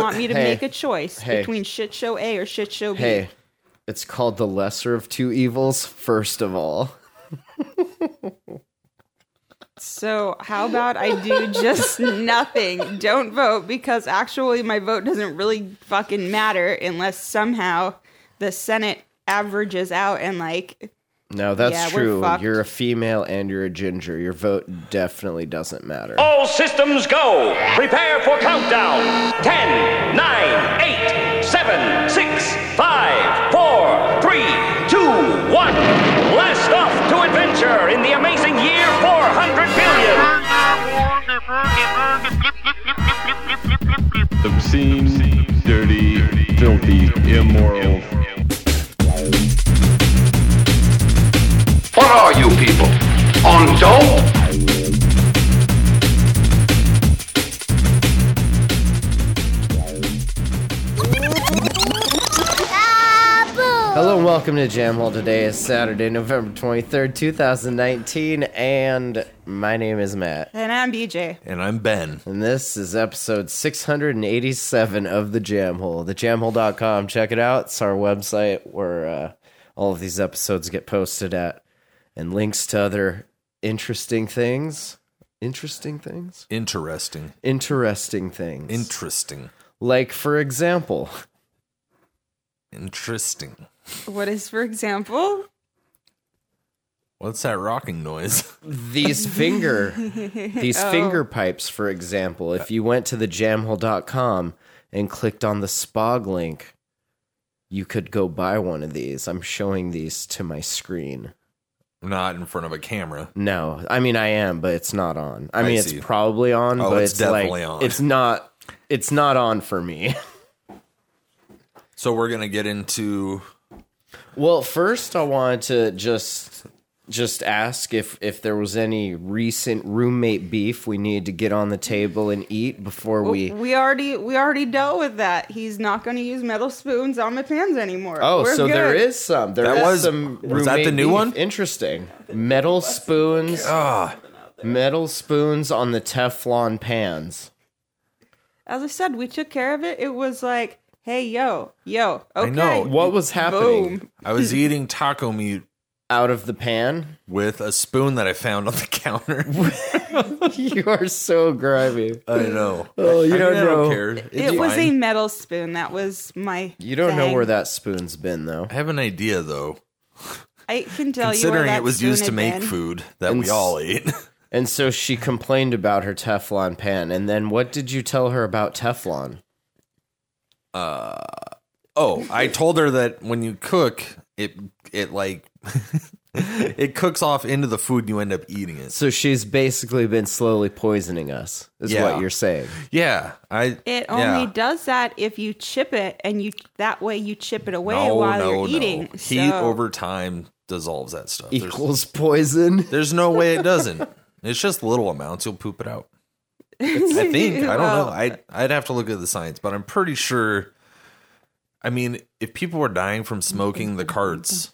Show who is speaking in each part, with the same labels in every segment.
Speaker 1: want me to
Speaker 2: hey,
Speaker 1: make a choice
Speaker 2: hey.
Speaker 1: between shit show A or shit show B.
Speaker 2: Hey, it's called the lesser of two evils, first of all.
Speaker 1: So how about I do just nothing? Don't vote because actually my vote doesn't really fucking matter unless somehow the Senate averages out and like
Speaker 2: No, that's
Speaker 1: Yeah, we're
Speaker 2: true.
Speaker 1: fucked.
Speaker 2: You're a female and you're a ginger. Your vote definitely doesn't matter.
Speaker 3: All systems go. Prepare for countdown. 10, 9, 8, 7, 6, 5, 4, 3, 2, 1. Blast off to adventure in the amazing year 400 billion.
Speaker 4: obscene, dirty, filthy, immoral.
Speaker 5: What are you people? On dope?
Speaker 2: Hello and welcome to Jam Hall. Today is Saturday, November 23rd, 2019, and my name is Matt.
Speaker 1: and I'm BJ.
Speaker 6: And I'm Ben.
Speaker 2: And this is episode 687 of The Jam Hole. TheJamHole.com. Check it out. It's our website where uh, all of these episodes get posted at, and links to other interesting things. Interesting things?
Speaker 6: Interesting.
Speaker 2: Interesting things.
Speaker 6: Interesting.
Speaker 2: like, for example,
Speaker 6: Interesting.
Speaker 1: What is for example?
Speaker 6: What's that rocking noise?
Speaker 2: these finger these finger pipes for example if you went to the jamhole.com and clicked on the spog link you could go buy one of these i'm showing these to my screen
Speaker 6: Not in front of a camera.
Speaker 2: no i mean i am but it's not on i
Speaker 6: I
Speaker 2: mean
Speaker 6: see.
Speaker 2: it's probably on
Speaker 6: Oh,
Speaker 2: but
Speaker 6: it's
Speaker 2: it's, like
Speaker 6: definitely on.
Speaker 2: it's not it's not on for me
Speaker 6: So we're gonna get into
Speaker 2: Well, first I wanted to just just ask if if there was any recent roommate beef we needed to get on the table and eat before we
Speaker 1: We already we already dealt with that. He's not going to use metal spoons on my pans anymore.
Speaker 2: Oh,
Speaker 1: We're
Speaker 2: so there
Speaker 1: good.
Speaker 2: is some. There
Speaker 6: That
Speaker 2: is
Speaker 6: was-
Speaker 2: some
Speaker 6: was that the
Speaker 2: roommate
Speaker 6: new
Speaker 2: beef.
Speaker 6: one? Ah.
Speaker 2: Interesting. Metal spoons. Metal spoons on the Teflon pans.
Speaker 1: As I said, we took care of it. It was like, hey, yo, yo, okay.
Speaker 6: know.
Speaker 2: What was happening?
Speaker 1: Boom.
Speaker 6: I was eating taco meat
Speaker 2: Out of the pan?
Speaker 6: with a spoon that I found on the counter.
Speaker 2: you are so grimy.
Speaker 6: I know.
Speaker 2: Oh, you
Speaker 6: I mean,
Speaker 2: don't
Speaker 6: I
Speaker 2: know.
Speaker 6: don't care. It's
Speaker 1: It was a
Speaker 6: fine.
Speaker 1: metal spoon. That was my.
Speaker 2: You don't know
Speaker 1: thing.
Speaker 2: where that spoon's been though.
Speaker 6: I have an idea though.
Speaker 1: I can tell Oh, you. where
Speaker 6: Considering
Speaker 1: that
Speaker 6: it was
Speaker 1: spoon
Speaker 6: used to
Speaker 1: had
Speaker 6: make
Speaker 1: been.
Speaker 6: food that
Speaker 2: And
Speaker 6: we
Speaker 2: s-
Speaker 6: all ate.
Speaker 2: And so she complained about her Teflon pan. And then what did you tell her about Teflon?
Speaker 6: Oh, I told her that when you cook, it it like it cooks off into the food and you end up eating it.
Speaker 2: So she's basically been slowly poisoning us, is
Speaker 6: Yeah.
Speaker 2: what you're saying.
Speaker 6: Yeah, I
Speaker 1: It
Speaker 6: yeah.
Speaker 1: only does that if you chip it, and you that way you chip it away while you're eating.
Speaker 6: Heat
Speaker 1: So-
Speaker 6: over time dissolves that stuff. There's-
Speaker 2: Equals poison.
Speaker 6: There's, no way it doesn't. It's just little amounts. You'll poop it out. I think. I don't know. I I'd have to look at the science, but I'm pretty sure. I mean, if people were dying from smoking the carts,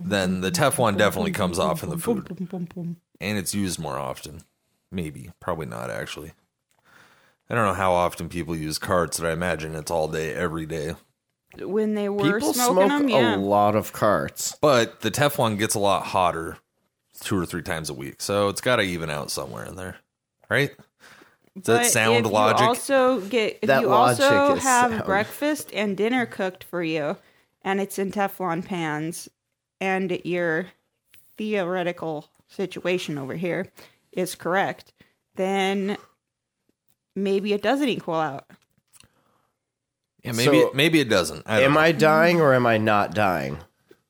Speaker 6: then the Teflon definitely comes off in the food, and it's used more often. Maybe, probably not actually. I don't know how often people use carts, but I imagine it's all day, every day.
Speaker 1: when they were
Speaker 2: People
Speaker 1: smoking
Speaker 2: smoke
Speaker 1: them.
Speaker 2: a
Speaker 1: Yeah,
Speaker 2: lot of carts.
Speaker 6: But the Teflon gets a lot hotter two or three times a week. So it's got to even out somewhere in there, right? Does
Speaker 1: But
Speaker 6: that sound
Speaker 1: if
Speaker 6: logic?
Speaker 1: You also get if
Speaker 2: That
Speaker 1: you
Speaker 2: logic
Speaker 1: also
Speaker 2: is
Speaker 1: have
Speaker 2: sound.
Speaker 1: breakfast and dinner cooked for you, and it's in Teflon pans, and your theoretical situation over here is correct, then maybe it doesn't equal out.
Speaker 6: yeah, maybe,
Speaker 2: So-
Speaker 6: maybe it doesn't. I don't
Speaker 2: Am
Speaker 6: know.
Speaker 2: I dying or am I not dying?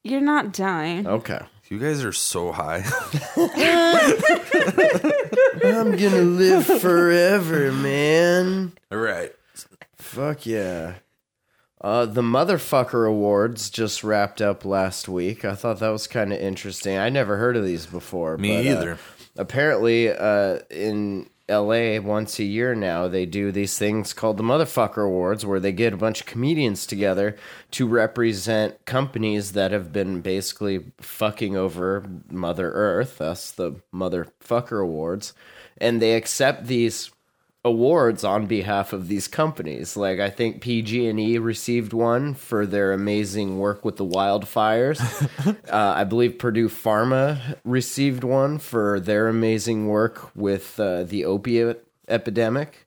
Speaker 1: You're not dying.
Speaker 2: Okay.
Speaker 6: You guys are so high.
Speaker 2: I'm gonna live forever, man.
Speaker 6: All right.
Speaker 2: Fuck yeah. Uh, the Motherfucker Awards just wrapped up last week. I thought that was kind of interesting. I never heard of these before. but,
Speaker 6: Me
Speaker 2: uh,
Speaker 6: either.
Speaker 2: apparently, uh, in LA, once a year now, they do these things called the Motherfucker Awards, where they get a bunch of comedians together to represent companies that have been basically fucking over Mother Earth. That's the Motherfucker Awards. And they accept these awards on behalf of these companies. Like I think PG&E E received one for their amazing work with the wildfires. uh, I believe Purdue Pharma received one for their amazing work with uh, the opiate epidemic.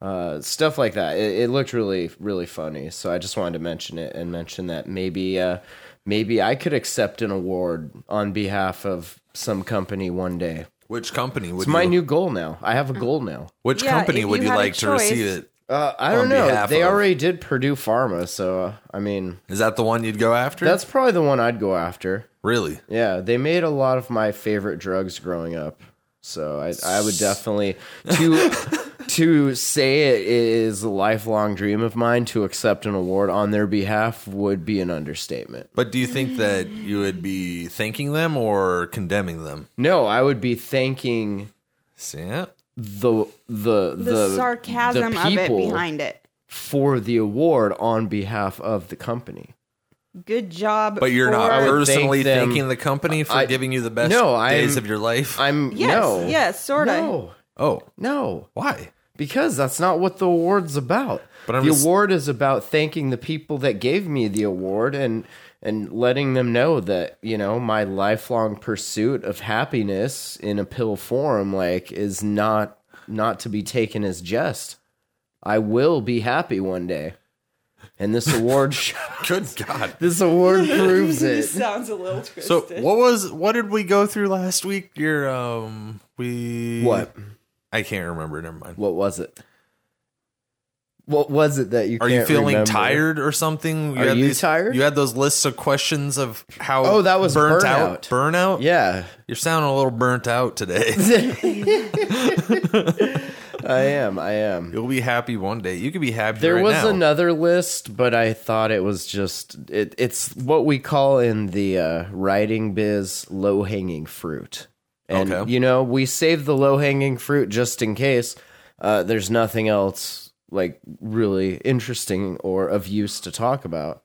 Speaker 2: Uh, stuff like that. It, it looked really, really funny. So I just wanted to mention it and mention that maybe, uh, maybe I could accept an award on behalf of some company one day.
Speaker 6: Which company would
Speaker 2: It's my
Speaker 6: you,
Speaker 2: new goal now. I have a goal now.
Speaker 6: Which
Speaker 1: Yeah,
Speaker 6: company
Speaker 1: if
Speaker 6: would
Speaker 1: you
Speaker 6: you
Speaker 1: had a
Speaker 6: like to receive
Speaker 1: choice.
Speaker 6: it?
Speaker 2: Uh, I don't
Speaker 6: on
Speaker 2: know.
Speaker 6: behalf
Speaker 2: They
Speaker 6: of-
Speaker 2: already did Purdue Pharma, so uh, I mean,
Speaker 6: Is that the one you'd go after?
Speaker 2: that's probably the one I'd go after.
Speaker 6: really
Speaker 2: Yeah, they made a lot of my favorite drugs growing up, so I, I would definitely to to say it is a lifelong dream of mine to accept an award on their behalf would be an understatement.
Speaker 6: But do you think that you would be thanking them or condemning them?
Speaker 2: No, I would be thanking
Speaker 6: See, yeah.
Speaker 2: the the the,
Speaker 1: the, sarcasm
Speaker 2: the
Speaker 1: of it
Speaker 2: people
Speaker 1: behind it.
Speaker 2: for the award on behalf of the company.
Speaker 1: Good job.
Speaker 6: But you're not
Speaker 2: I
Speaker 1: for-
Speaker 2: would think
Speaker 6: personally
Speaker 2: them-
Speaker 6: thanking the company for
Speaker 2: I-
Speaker 6: giving you the best
Speaker 2: No, I'm-
Speaker 6: days of your life.
Speaker 2: I'm
Speaker 1: Yes,
Speaker 2: no,
Speaker 1: yes, sorta.
Speaker 2: No,
Speaker 6: oh,
Speaker 2: no,
Speaker 6: why?
Speaker 2: because that's not what the award's about.
Speaker 6: But I'm
Speaker 2: the
Speaker 6: just-
Speaker 2: award is about thanking the people that gave me the award and and letting them know that you know my lifelong pursuit of happiness in a pill form like is not not to be taken as jest. I will be happy one day, and this award sh-
Speaker 6: Good God.
Speaker 2: this award proves it.
Speaker 1: sounds a little twisted.
Speaker 6: So what was what did we go through last week? Your um we
Speaker 2: What
Speaker 6: I can't remember. Never mind.
Speaker 2: what was it? What was it that you?
Speaker 6: Are you
Speaker 2: can't
Speaker 6: feeling
Speaker 2: remember?
Speaker 6: tired or something?
Speaker 2: Are you
Speaker 6: these,
Speaker 2: tired?
Speaker 6: You had those lists of questions of how.
Speaker 2: Oh, that was
Speaker 6: burnt
Speaker 2: burnout.
Speaker 6: out. Burnout.
Speaker 2: Yeah,
Speaker 6: You're sounding a little burnt out today.
Speaker 2: I am. I am.
Speaker 6: You'll be happy one day. You could be happy.
Speaker 2: There
Speaker 6: right
Speaker 2: was
Speaker 6: now.
Speaker 2: another list, but I thought it was just it, it's what we call in the uh, writing biz low hanging fruit. And
Speaker 6: Okay.
Speaker 2: you know, we save the low hanging fruit just in case uh, there's nothing else like really interesting or of use to talk about.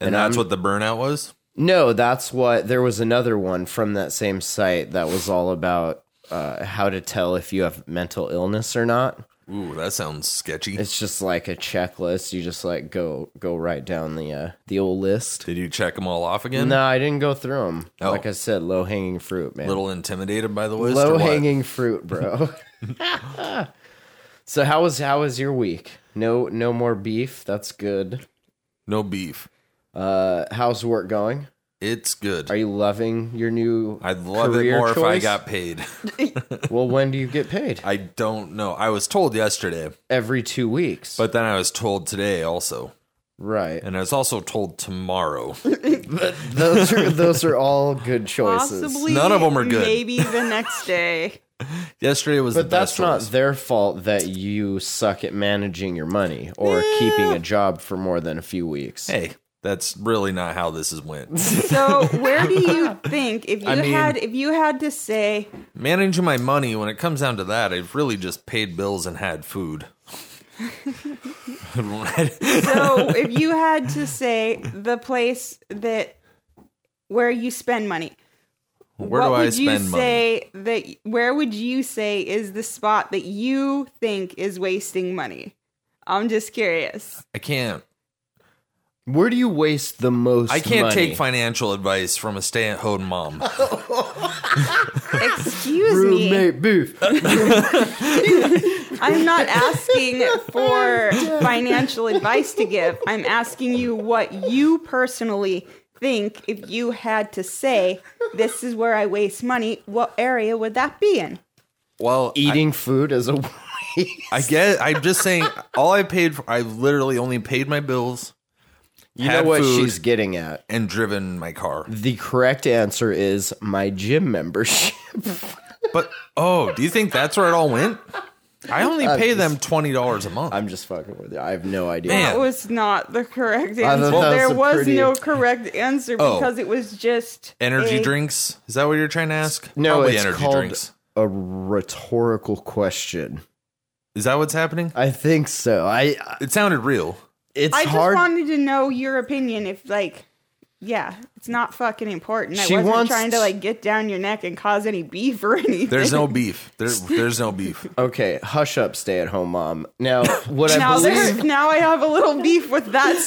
Speaker 6: and, that's what the burnout was.
Speaker 2: No, that's what there was another one from that same site that was all about uh, how to tell if you have mental illness or not.
Speaker 6: Ooh, that sounds sketchy.
Speaker 2: It's just like a checklist. You just like go go right down the uh, the old list.
Speaker 6: Did you check them all off again?
Speaker 2: No, I didn't go through them.
Speaker 6: Oh.
Speaker 2: Like I said, low hanging fruit, man.
Speaker 6: little intimidated by the list. or
Speaker 2: low
Speaker 6: what?
Speaker 2: hanging fruit, bro. so how was how was your week? No no more beef. That's good.
Speaker 6: No beef.
Speaker 2: Uh, how's work going?
Speaker 6: It's good.
Speaker 2: Are you loving your new?
Speaker 6: I'd love it
Speaker 2: career
Speaker 6: more if I
Speaker 2: choice?
Speaker 6: got paid.
Speaker 2: Well, when do you get paid?
Speaker 6: I don't know. I was told yesterday,
Speaker 2: Every two weeks.
Speaker 6: but then I was told today also,
Speaker 2: right.
Speaker 6: and I was also told tomorrow.
Speaker 2: Those are those are all good choices.
Speaker 1: possibly
Speaker 6: None of 'em are good.
Speaker 1: Maybe the next day.
Speaker 6: yesterday was the
Speaker 2: But
Speaker 6: best
Speaker 2: that's not
Speaker 6: choice.
Speaker 2: their fault that you suck at managing your money or keeping a job for more than a few weeks.
Speaker 6: hey, that's really not how this has went.
Speaker 1: So where do you think if you
Speaker 6: I mean-
Speaker 1: had if you had to say
Speaker 6: Managing my money, when it comes down to that, I've really just paid bills and had food.
Speaker 1: so if you had to say the place that where you spend money
Speaker 6: Where
Speaker 1: what
Speaker 6: do I
Speaker 1: would you
Speaker 6: spend money?
Speaker 1: say that where would you say is the spot that you think is wasting money i'm just curious
Speaker 6: I can't.
Speaker 2: Where do you waste the most
Speaker 6: I can't
Speaker 2: money?
Speaker 6: take financial advice from a stay-at-home mom.
Speaker 1: excuse me
Speaker 2: Roommate beef.
Speaker 1: i'm not asking for financial advice to give i'm asking you what you personally think if you had to say this is where i waste money what area would that be in
Speaker 6: well, I-
Speaker 2: Eating food is a waste.
Speaker 6: I get. I'm just saying. All I paid for, I literally only paid my bills
Speaker 2: You know
Speaker 6: Had
Speaker 2: what
Speaker 6: food.
Speaker 2: she's getting at.
Speaker 6: and driven my car.
Speaker 2: The correct answer is my gym membership.
Speaker 6: But oh, do you think that's where it all went? I only pay them twenty dollars a month.
Speaker 2: Uh, I'm just fucking with you. I have no idea.
Speaker 6: Man.
Speaker 1: That was not the correct
Speaker 2: thought
Speaker 1: answer.
Speaker 2: that was
Speaker 1: there
Speaker 2: a
Speaker 1: was
Speaker 2: pretty-
Speaker 1: no correct answer
Speaker 6: Oh.
Speaker 1: because it was just
Speaker 6: energy
Speaker 1: a-
Speaker 6: drinks? Is that what you're trying to ask?
Speaker 2: No,
Speaker 6: Probably
Speaker 2: it's called a rhetorical question.
Speaker 6: Is that what's happening?
Speaker 2: I think so. I uh,
Speaker 6: It sounded real.
Speaker 2: it's
Speaker 1: I just
Speaker 2: hard.
Speaker 1: wanted to know your opinion if like Yeah, it's not fucking important. I
Speaker 2: She
Speaker 1: wasn't
Speaker 2: wants
Speaker 1: trying to
Speaker 2: t-
Speaker 1: like get down your neck and cause any beef or anything.
Speaker 6: There's no beef. There, there's no beef.
Speaker 2: Okay, hush up, stay at home mom. Now, what I
Speaker 1: now,
Speaker 2: believe,
Speaker 1: there, now I have a little beef with that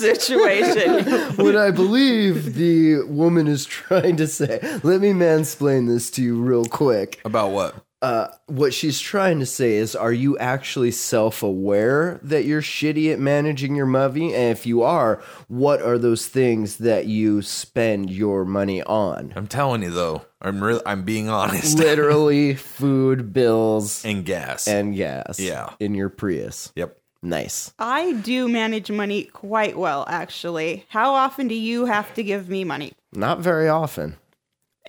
Speaker 1: situation.
Speaker 2: what I believe the woman is trying to say. Let me mansplain this to you real quick.
Speaker 6: About what?
Speaker 2: What she's trying to say is, are you actually self-aware that you're shitty at managing your money? And if you are, what are those things that you spend your money on?
Speaker 6: I'm telling you though. I'm real. I'm being honest.
Speaker 2: Literally, food bills
Speaker 6: and gas.
Speaker 2: and gas.
Speaker 6: Yeah.
Speaker 2: in your Prius.
Speaker 6: yep.
Speaker 2: Nice.
Speaker 1: I do manage money quite well, actually. How often do you have to give me money?
Speaker 2: Not very often.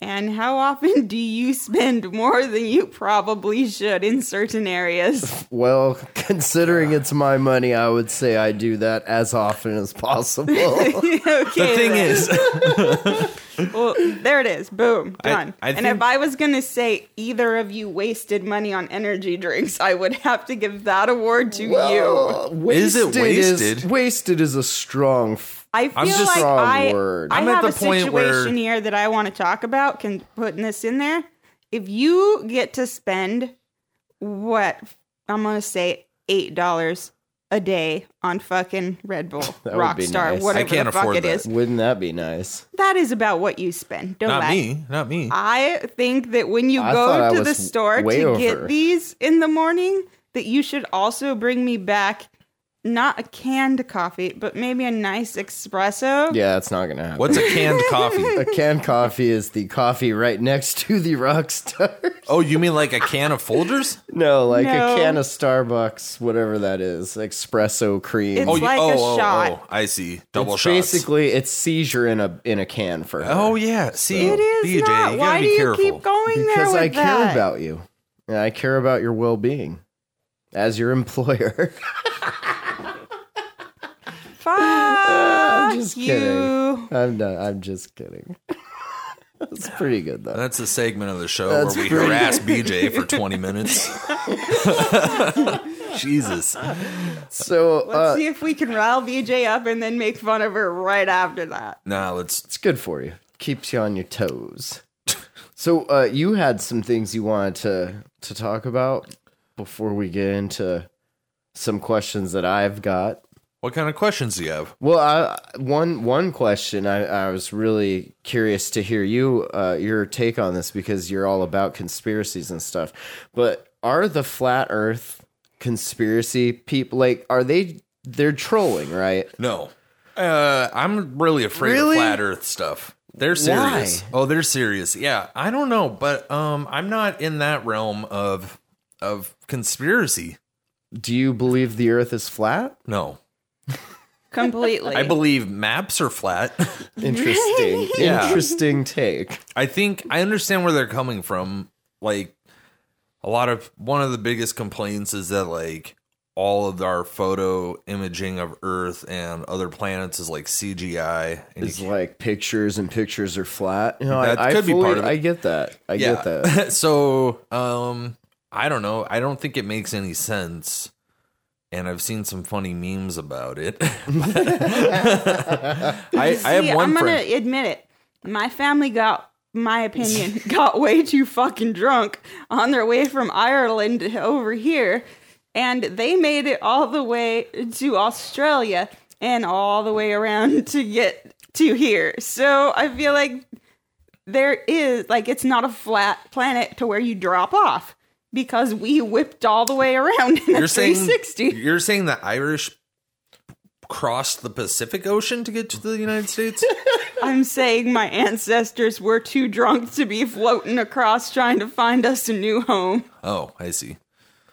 Speaker 1: And how often do you spend more than you probably should in certain areas?
Speaker 2: Well, considering it's my money, I would say I do that as often as possible.
Speaker 1: okay.
Speaker 6: The thing is,
Speaker 1: Well, there it is. Boom.
Speaker 6: I-
Speaker 1: Done.
Speaker 6: I
Speaker 1: and
Speaker 6: think-
Speaker 1: if I was going to say either of you wasted money on energy drinks, I would have to give that award to you.
Speaker 2: Well,
Speaker 6: Is it
Speaker 2: is-
Speaker 6: wasted?
Speaker 2: wasted is a strong. F-
Speaker 1: I feel
Speaker 6: I'm just-
Speaker 1: like
Speaker 2: Strong
Speaker 1: I,
Speaker 2: word.
Speaker 1: I
Speaker 6: I'm
Speaker 1: have
Speaker 6: at the
Speaker 1: a
Speaker 6: point where-
Speaker 1: situation here that I want to talk about. Can putting this in there. If you get to spend what I'm going to say eight dollars a day on fucking Red Bull,
Speaker 2: That would be
Speaker 1: Rockstar,
Speaker 2: nice. I
Speaker 1: whatever
Speaker 6: can't
Speaker 1: the fuck
Speaker 6: afford
Speaker 1: it
Speaker 6: that.
Speaker 1: is,
Speaker 2: wouldn't that be nice?
Speaker 1: that is about what you spend. Don't
Speaker 6: not
Speaker 1: lie.
Speaker 6: me. Not me.
Speaker 1: I think that when you
Speaker 2: I thought I
Speaker 1: go to the
Speaker 2: was
Speaker 1: store
Speaker 2: way
Speaker 1: to
Speaker 2: over.
Speaker 1: get these in the morning, that you should also bring me back not a canned coffee, but maybe a nice espresso.
Speaker 2: Yeah, that's not gonna happen.
Speaker 6: What's a canned coffee?
Speaker 2: a canned coffee? Is the coffee right next to the Rockstar?
Speaker 6: Oh, you mean like a can of Folgers?
Speaker 2: no, like a
Speaker 1: No.
Speaker 2: can of Starbucks, whatever that is, espresso cream.
Speaker 1: It's
Speaker 6: Oh,
Speaker 2: It's
Speaker 6: you,
Speaker 1: like a
Speaker 6: oh, oh,
Speaker 1: shot.
Speaker 6: oh, I see. Double shots.
Speaker 2: basically it's seizure in a in a can for her.
Speaker 6: Oh yeah. See,
Speaker 1: It is
Speaker 6: BJ,
Speaker 1: not.
Speaker 6: you gotta
Speaker 1: Why
Speaker 6: be
Speaker 1: do you
Speaker 6: careful.
Speaker 1: keep going there
Speaker 2: because
Speaker 1: with
Speaker 2: I care
Speaker 1: that?
Speaker 2: about you. And I care about your well being as your employer.
Speaker 1: Fuck
Speaker 2: just
Speaker 1: you.
Speaker 2: kidding. I'm not, I'm just kidding. That's pretty good though.
Speaker 6: That's a segment of the show
Speaker 2: That's
Speaker 6: where we
Speaker 2: pretty-
Speaker 6: harass BJ for 20 minutes. Jesus.
Speaker 2: So
Speaker 1: Let's
Speaker 2: uh,
Speaker 1: see if we can rile BJ up and then make fun of her right after that.
Speaker 6: Nah, let's.
Speaker 2: it's good for you. Keeps you on your toes. So uh, you had some things you wanted to to talk about before we get into some questions that I've got.
Speaker 6: What kind of questions do you have?
Speaker 2: Well, I, one one question I, I was really curious to hear you uh, your take on this because you're all about conspiracies and stuff. But are the flat Earth conspiracy people like are they they're trolling right?
Speaker 6: No. Uh, I'm really afraid
Speaker 2: Really?
Speaker 6: of flat earth stuff. They're serious. Oh, they're serious. Yeah, I don't know, but um I'm not in that realm of of conspiracy.
Speaker 2: Do you believe the Earth is flat?
Speaker 6: No.
Speaker 1: Completely.
Speaker 6: I believe maps are flat.
Speaker 2: Interesting,
Speaker 6: Yeah.
Speaker 2: interesting take.
Speaker 6: I think I understand where they're coming from. Like a lot of one of the biggest complaints is that like all of our photo imaging of Earth and other planets is like CGI. And you
Speaker 2: It's
Speaker 6: can't-
Speaker 2: like pictures and pictures are flat. No,
Speaker 6: That
Speaker 2: I, I
Speaker 6: could be
Speaker 2: fully-
Speaker 6: part of it.
Speaker 2: I get that. I get that.
Speaker 6: so um, I don't know. I don't think it makes any sense. And I've seen some funny memes about it. I, I
Speaker 1: See,
Speaker 6: have one
Speaker 1: I'm
Speaker 6: friend.
Speaker 1: gonna admit it. My family got my opinion got way too fucking drunk on their way from Ireland over here, and they made it all the way to Australia and all the way around to get to here. So I feel like there is like it's not a flat planet to where you drop off because we whipped all the way around in
Speaker 6: You're
Speaker 1: a
Speaker 6: saying
Speaker 1: 360.
Speaker 6: you're saying the Irish crossed the Pacific Ocean to get to the United States?
Speaker 1: I'm saying my ancestors were too drunk to be floating across trying to find us a new home.
Speaker 6: oh, I see.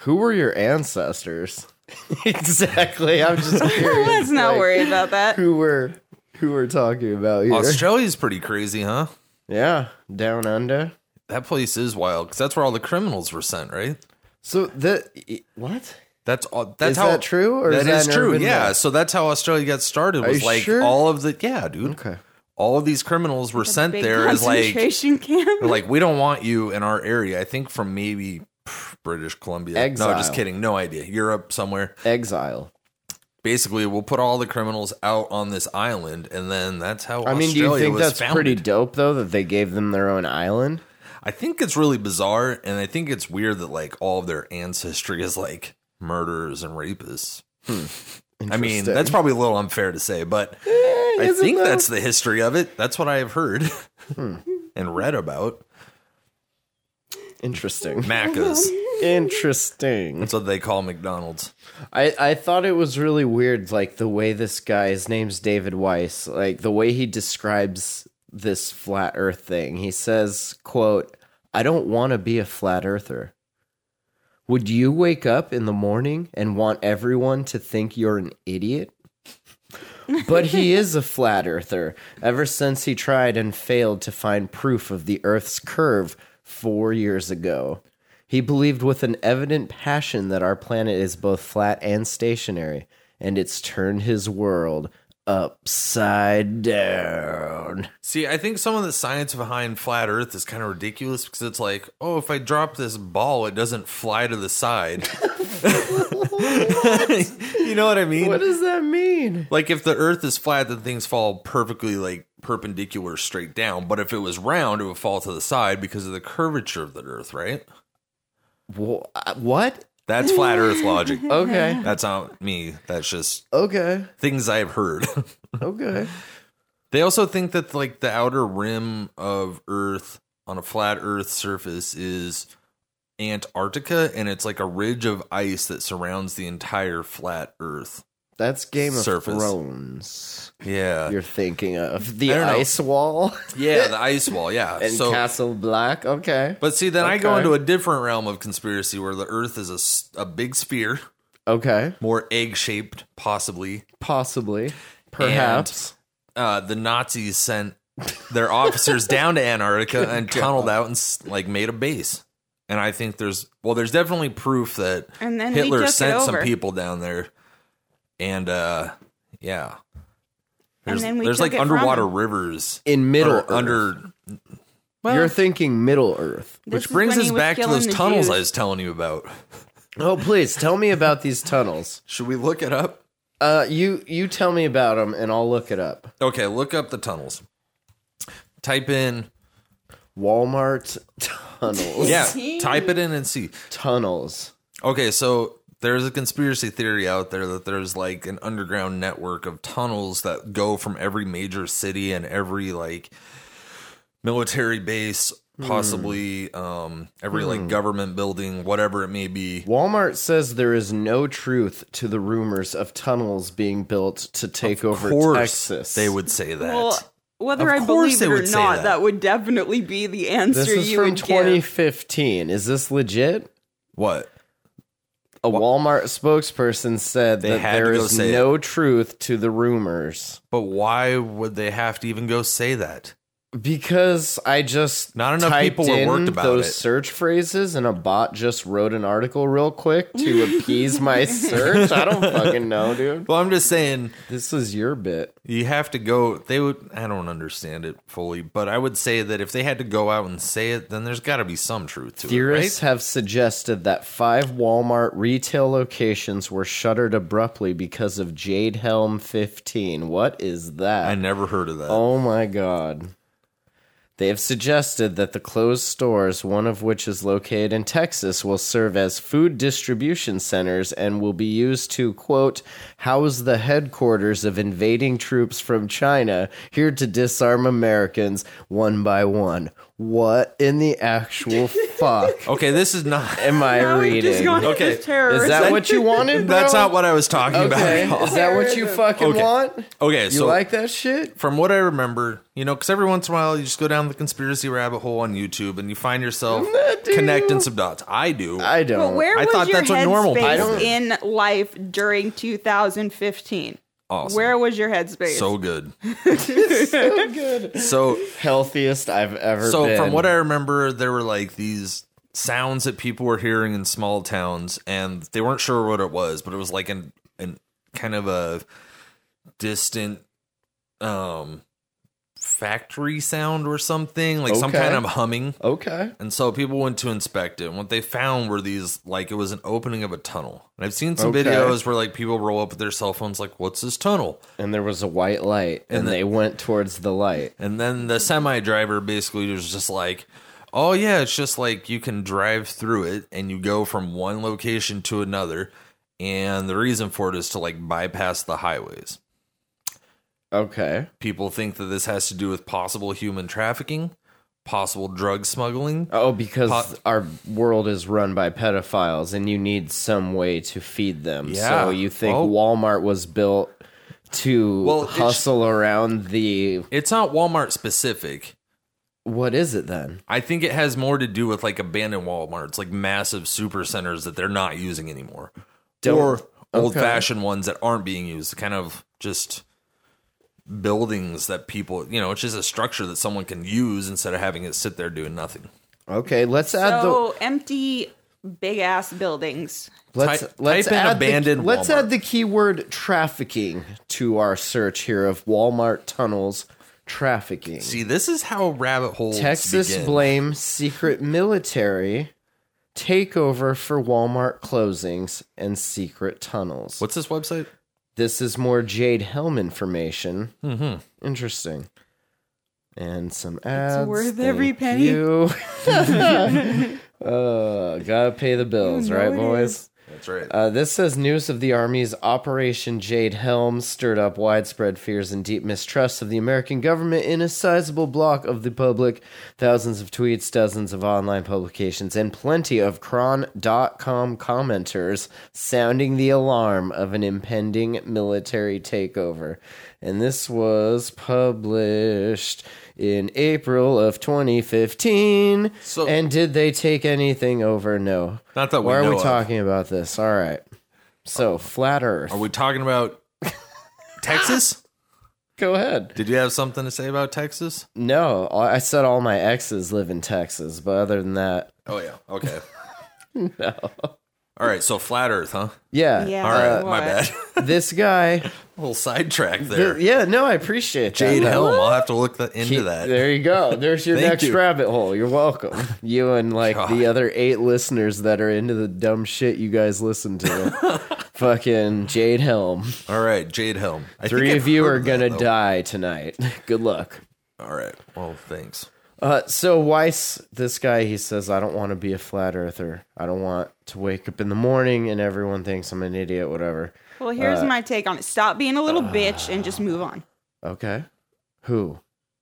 Speaker 2: Who were your ancestors? exactly. I'm just curious.
Speaker 1: Let's not
Speaker 2: like-
Speaker 1: worry about that.
Speaker 2: who we're who we're talking about here.
Speaker 6: Australia's pretty crazy, huh?
Speaker 2: Yeah, down under.
Speaker 6: That place is wild because that's where all the criminals were sent, right?
Speaker 2: So the i- what?
Speaker 6: That's all. That's
Speaker 2: Is
Speaker 6: how
Speaker 2: that true, or is that an
Speaker 6: true.
Speaker 2: urban
Speaker 6: Yeah.
Speaker 2: myth?
Speaker 6: So that's how Australia got started. Was
Speaker 2: you
Speaker 6: like
Speaker 2: sure?
Speaker 6: all of the yeah, dude.
Speaker 2: Okay.
Speaker 6: All of these criminals were sent
Speaker 1: Big
Speaker 6: there as like they're
Speaker 1: concentration camp.
Speaker 6: like we don't want you in our area. I think from maybe pff, British Columbia. No,
Speaker 2: Exile.
Speaker 6: just kidding. No idea. Europe somewhere.
Speaker 2: Exile.
Speaker 6: basically we'll put all the criminals out on this island, and then that's how
Speaker 2: I mean, do you
Speaker 6: Australia
Speaker 2: think
Speaker 6: was
Speaker 2: that's
Speaker 6: founded.
Speaker 2: pretty dope though that they gave them their own island?
Speaker 6: I think it's really bizarre, and I think it's weird that like all of their ancestry is like murderers and rapists. I mean,
Speaker 2: Hmm. Interesting.
Speaker 6: that's probably a little unfair to say, but I
Speaker 2: is it Hmm.
Speaker 6: think
Speaker 2: though?
Speaker 6: that's the history of it. That's what I have heard and read about.
Speaker 2: interesting.
Speaker 6: Macca's.
Speaker 2: interesting.
Speaker 6: That's what they call McDonald's.
Speaker 2: I, I thought it was really weird, like the way this guy, his name's David Weiss, like the way he describes this flat earth thing. He says, quote, I don't want to be a flat earther. Would you wake up in the morning and want everyone to think you're an idiot? But he is a flat earther ever since he tried and failed to find proof of the Earth's curve four years ago. He believed with an evident passion that our planet is both flat and stationary, and it's turned his world upside down.
Speaker 6: See, I think some of the science behind flat Earth is kind of ridiculous because it's like, oh, if I drop this ball, it doesn't fly to the side. you know what I mean?
Speaker 2: What does that mean?
Speaker 6: Like if the earth is flat, then things fall perfectly like perpendicular straight down. But if it was round, it would fall to the side because of the curvature of the earth, right?
Speaker 2: Wha- uh, What?
Speaker 6: That's flat earth logic.
Speaker 2: Okay.
Speaker 6: That's not me. That's just
Speaker 2: Okay.
Speaker 6: things I've heard.
Speaker 2: Okay.
Speaker 6: they also think that like the outer rim of earth on a flat earth surface is Antarctica and it's like a ridge of ice that surrounds the entire flat earth.
Speaker 2: That's Game of
Speaker 6: Surface.
Speaker 2: Thrones.
Speaker 6: Yeah.
Speaker 2: You're thinking of the
Speaker 6: I don't know.
Speaker 2: ice wall
Speaker 6: yeah, the ice wall, yeah.
Speaker 2: and Castle Black. Okay.
Speaker 6: But see, then I go
Speaker 2: Okay.
Speaker 6: into a different realm of conspiracy where the Earth is a s- a, big sphere,
Speaker 2: Okay.
Speaker 6: more egg shaped, possibly.
Speaker 2: Possibly. Perhaps.
Speaker 6: Uh, the Nazis sent their officers down to Antarctica and tunneled out and s- like made a base. And I think there's well, there's definitely proof that
Speaker 1: And then we
Speaker 6: Hitler
Speaker 1: took it
Speaker 6: sent some
Speaker 1: over.
Speaker 6: people down there, and uh, yeah,
Speaker 1: And
Speaker 6: there's,
Speaker 1: then we
Speaker 6: there's
Speaker 1: took
Speaker 6: like
Speaker 1: it from
Speaker 6: underwater
Speaker 1: them.
Speaker 6: rivers
Speaker 2: in Middle
Speaker 6: or
Speaker 2: Earth.
Speaker 6: under,
Speaker 2: You're thinking Middle Earth.
Speaker 1: This
Speaker 6: which
Speaker 1: is
Speaker 6: brings
Speaker 1: when
Speaker 6: us
Speaker 1: he was
Speaker 6: back to
Speaker 1: killing
Speaker 6: those
Speaker 1: the
Speaker 6: tunnels I
Speaker 1: Jews.
Speaker 6: was telling you about.
Speaker 2: Oh, please tell me about these tunnels.
Speaker 6: Should we look it up?
Speaker 2: Uh, you you tell me about them, and I'll look it up.
Speaker 6: Okay, look up the tunnels. Type in
Speaker 2: Walmart tunnels.
Speaker 6: yeah, type it in and see.
Speaker 2: tunnels.
Speaker 6: Okay, so there's a conspiracy theory out there that there's like an underground network of tunnels that go from every major city and every like military base, possibly um every like government building, whatever it may be.
Speaker 2: Walmart says there is no truth to the rumors of tunnels being built to take
Speaker 6: Of
Speaker 2: over
Speaker 6: course
Speaker 2: Texas.
Speaker 6: They would say that.
Speaker 1: Well, whether
Speaker 6: Of
Speaker 1: I
Speaker 6: course
Speaker 1: believe
Speaker 6: they
Speaker 1: it or
Speaker 6: would say
Speaker 1: not,
Speaker 6: that.
Speaker 1: that. would definitely be the answer
Speaker 2: This is
Speaker 1: you
Speaker 2: from
Speaker 1: would give.
Speaker 2: 2015. Is this legit?
Speaker 6: what?
Speaker 2: A Walmart spokesperson said
Speaker 6: They
Speaker 2: that
Speaker 6: had to
Speaker 2: there
Speaker 6: go
Speaker 2: is
Speaker 6: say it.
Speaker 2: no truth to the rumors
Speaker 6: But why would they have to even go say that?
Speaker 2: because I just
Speaker 6: Not enough
Speaker 2: typed
Speaker 6: people were
Speaker 2: in
Speaker 6: worked about
Speaker 2: those
Speaker 6: it.
Speaker 2: search phrases, and a bot just wrote an article real quick to appease my search. I don't fucking know, dude.
Speaker 6: Well, I'm just saying
Speaker 2: This is your bit.
Speaker 6: You have to go. They would. I don't understand it fully, but I would say that if they had to go out and say it, then there's got to be some truth to
Speaker 2: Theorists
Speaker 6: it,
Speaker 2: have suggested that five Walmart retail locations were shuttered abruptly because of Jade Helm 15. What is that?
Speaker 6: right? I never heard of that.
Speaker 2: Oh my god. They have suggested that the closed stores, one of which is located in Texas, will serve as food distribution centers and will be used to, quote, house the headquarters of invading troops from China here to disarm Americans one by one. What in the actual fuck
Speaker 6: Okay, this is not.
Speaker 2: am I
Speaker 1: Now we've
Speaker 2: reading?
Speaker 1: just
Speaker 2: Is
Speaker 1: gone
Speaker 6: Okay.
Speaker 1: okay.
Speaker 6: Is
Speaker 2: that what you wanted, bro?
Speaker 6: That's not what I was talking
Speaker 2: Okay.
Speaker 6: about. at all.
Speaker 2: Is that what you fucking
Speaker 6: Okay.
Speaker 2: want?
Speaker 6: Okay,
Speaker 2: You
Speaker 6: so
Speaker 2: like that shit?
Speaker 6: from what I remember, you know, because every once in a while you just go down the conspiracy rabbit hole on YouTube and you find yourself
Speaker 2: do.
Speaker 6: connecting some dots. I do.
Speaker 2: I don't.
Speaker 1: But where
Speaker 6: I
Speaker 1: was
Speaker 6: thought
Speaker 1: your
Speaker 6: that's what normal
Speaker 2: I
Speaker 1: headspace
Speaker 2: don't-
Speaker 1: in life during 2015?
Speaker 6: awesome.
Speaker 1: Where was your headspace?
Speaker 6: so good. so good. So
Speaker 2: healthiest I've ever
Speaker 6: so
Speaker 2: been.
Speaker 6: from what i remember there were like these sounds that people were hearing in small towns and they weren't sure what it was but it was like an, an kind of a distant um factory sound or something, like some
Speaker 2: Okay.
Speaker 6: kind of humming.
Speaker 2: Okay.
Speaker 6: And so people went to inspect it. And what they found were these, like, it was an opening of a tunnel. And I've seen some
Speaker 2: Okay.
Speaker 6: videos where, like, people roll up with their cell phones, like, what's this tunnel?
Speaker 2: And there was a white light, and,
Speaker 6: the-
Speaker 2: they went towards the light.
Speaker 6: And then the semi driver basically was just like, oh, yeah, it's just like you can drive through it and you go from one location to another. And the reason for it is to, like, bypass the highways.
Speaker 2: Okay.
Speaker 6: People think that this has to do with possible human trafficking, possible drug smuggling.
Speaker 2: Oh, because
Speaker 6: Po-
Speaker 2: our world is run by pedophiles, and you need some way to feed them.
Speaker 6: Yeah.
Speaker 2: So you think
Speaker 6: Oh.
Speaker 2: Walmart was built to
Speaker 6: Well, it's-
Speaker 2: hustle around the
Speaker 6: It's not Walmart specific.
Speaker 2: what is it then?
Speaker 6: I think it has more to do with like abandoned Walmarts, like massive super centers that they're not using anymore,
Speaker 2: Don't-
Speaker 6: or old
Speaker 2: okay.
Speaker 6: fashioned ones that aren't being used. Kind of just buildings that people, you know, it's just a structure that someone can use instead of having it sit there doing nothing.
Speaker 2: Okay, let's add the
Speaker 1: So empty, big ass buildings.
Speaker 2: let's
Speaker 6: Type-
Speaker 2: let's
Speaker 6: type in
Speaker 2: add the-
Speaker 6: abandoned
Speaker 2: let's
Speaker 6: Walmart.
Speaker 2: add the keyword trafficking to our search here of Walmart tunnels trafficking.
Speaker 6: See, this is how rabbit holes
Speaker 2: Texas
Speaker 6: begin.
Speaker 2: blame secret military takeover for Walmart closings and secret tunnels.
Speaker 6: What's this website?
Speaker 2: This is more Jade Helm information. Mm-hmm. Interesting. And some ads.
Speaker 1: worth every
Speaker 2: Thank
Speaker 1: penny.
Speaker 2: You. uh, gotta pay the bills,
Speaker 1: You know
Speaker 2: right,
Speaker 1: it
Speaker 2: boys?
Speaker 6: That's right.
Speaker 2: Uh, this says news of the Army's Operation Jade Helm stirred up widespread fears and deep mistrust of the American government in a sizable block of the public. Thousands of tweets, dozens of online publications, and plenty of Cron.com commenters sounding the alarm of an impending military takeover. And this was published in April of 2015.
Speaker 6: So-
Speaker 2: and did they take anything over? No.
Speaker 6: Not that we
Speaker 2: Why are
Speaker 6: know
Speaker 2: we
Speaker 6: of. Oh.
Speaker 2: talking about this? All right. So flat Earth.
Speaker 6: Are we talking about Texas?
Speaker 2: Go ahead.
Speaker 6: Did you have something to say about Texas?
Speaker 2: No, I I said all my exes live in Texas, but other than that,
Speaker 6: Oh yeah. Okay. no. All right. So flat Earth, huh?
Speaker 2: yeah.
Speaker 1: Yeah.
Speaker 6: All right.
Speaker 1: so
Speaker 6: My
Speaker 1: what?
Speaker 6: bad.
Speaker 2: This guy.
Speaker 6: A little sidetrack there.
Speaker 2: Yeah. No, I appreciate that.
Speaker 6: Jade
Speaker 2: That-
Speaker 6: Helm. I'll have to look the, into that.
Speaker 2: There you go. There's your
Speaker 6: Thank
Speaker 2: next
Speaker 6: you.
Speaker 2: rabbit hole. You're welcome. You and like
Speaker 6: God.
Speaker 2: the other eight listeners that are into the dumb shit you guys listen to. Fucking Jade Helm.
Speaker 6: All right, Jade Helm. I think
Speaker 2: Three
Speaker 6: I've
Speaker 2: of you
Speaker 6: heard
Speaker 2: are
Speaker 6: that,
Speaker 2: gonna
Speaker 6: though.
Speaker 2: die tonight. Good luck.
Speaker 6: All right. Well, thanks.
Speaker 2: Uh, so Weiss, this guy, he says, I don't want to be a flat earther. I don't want to wake up in the morning and everyone thinks I'm an idiot, whatever.
Speaker 1: Well, here's
Speaker 2: Uh,
Speaker 1: my take on it. Stop being a little bitch and just move on.
Speaker 2: Okay. Who?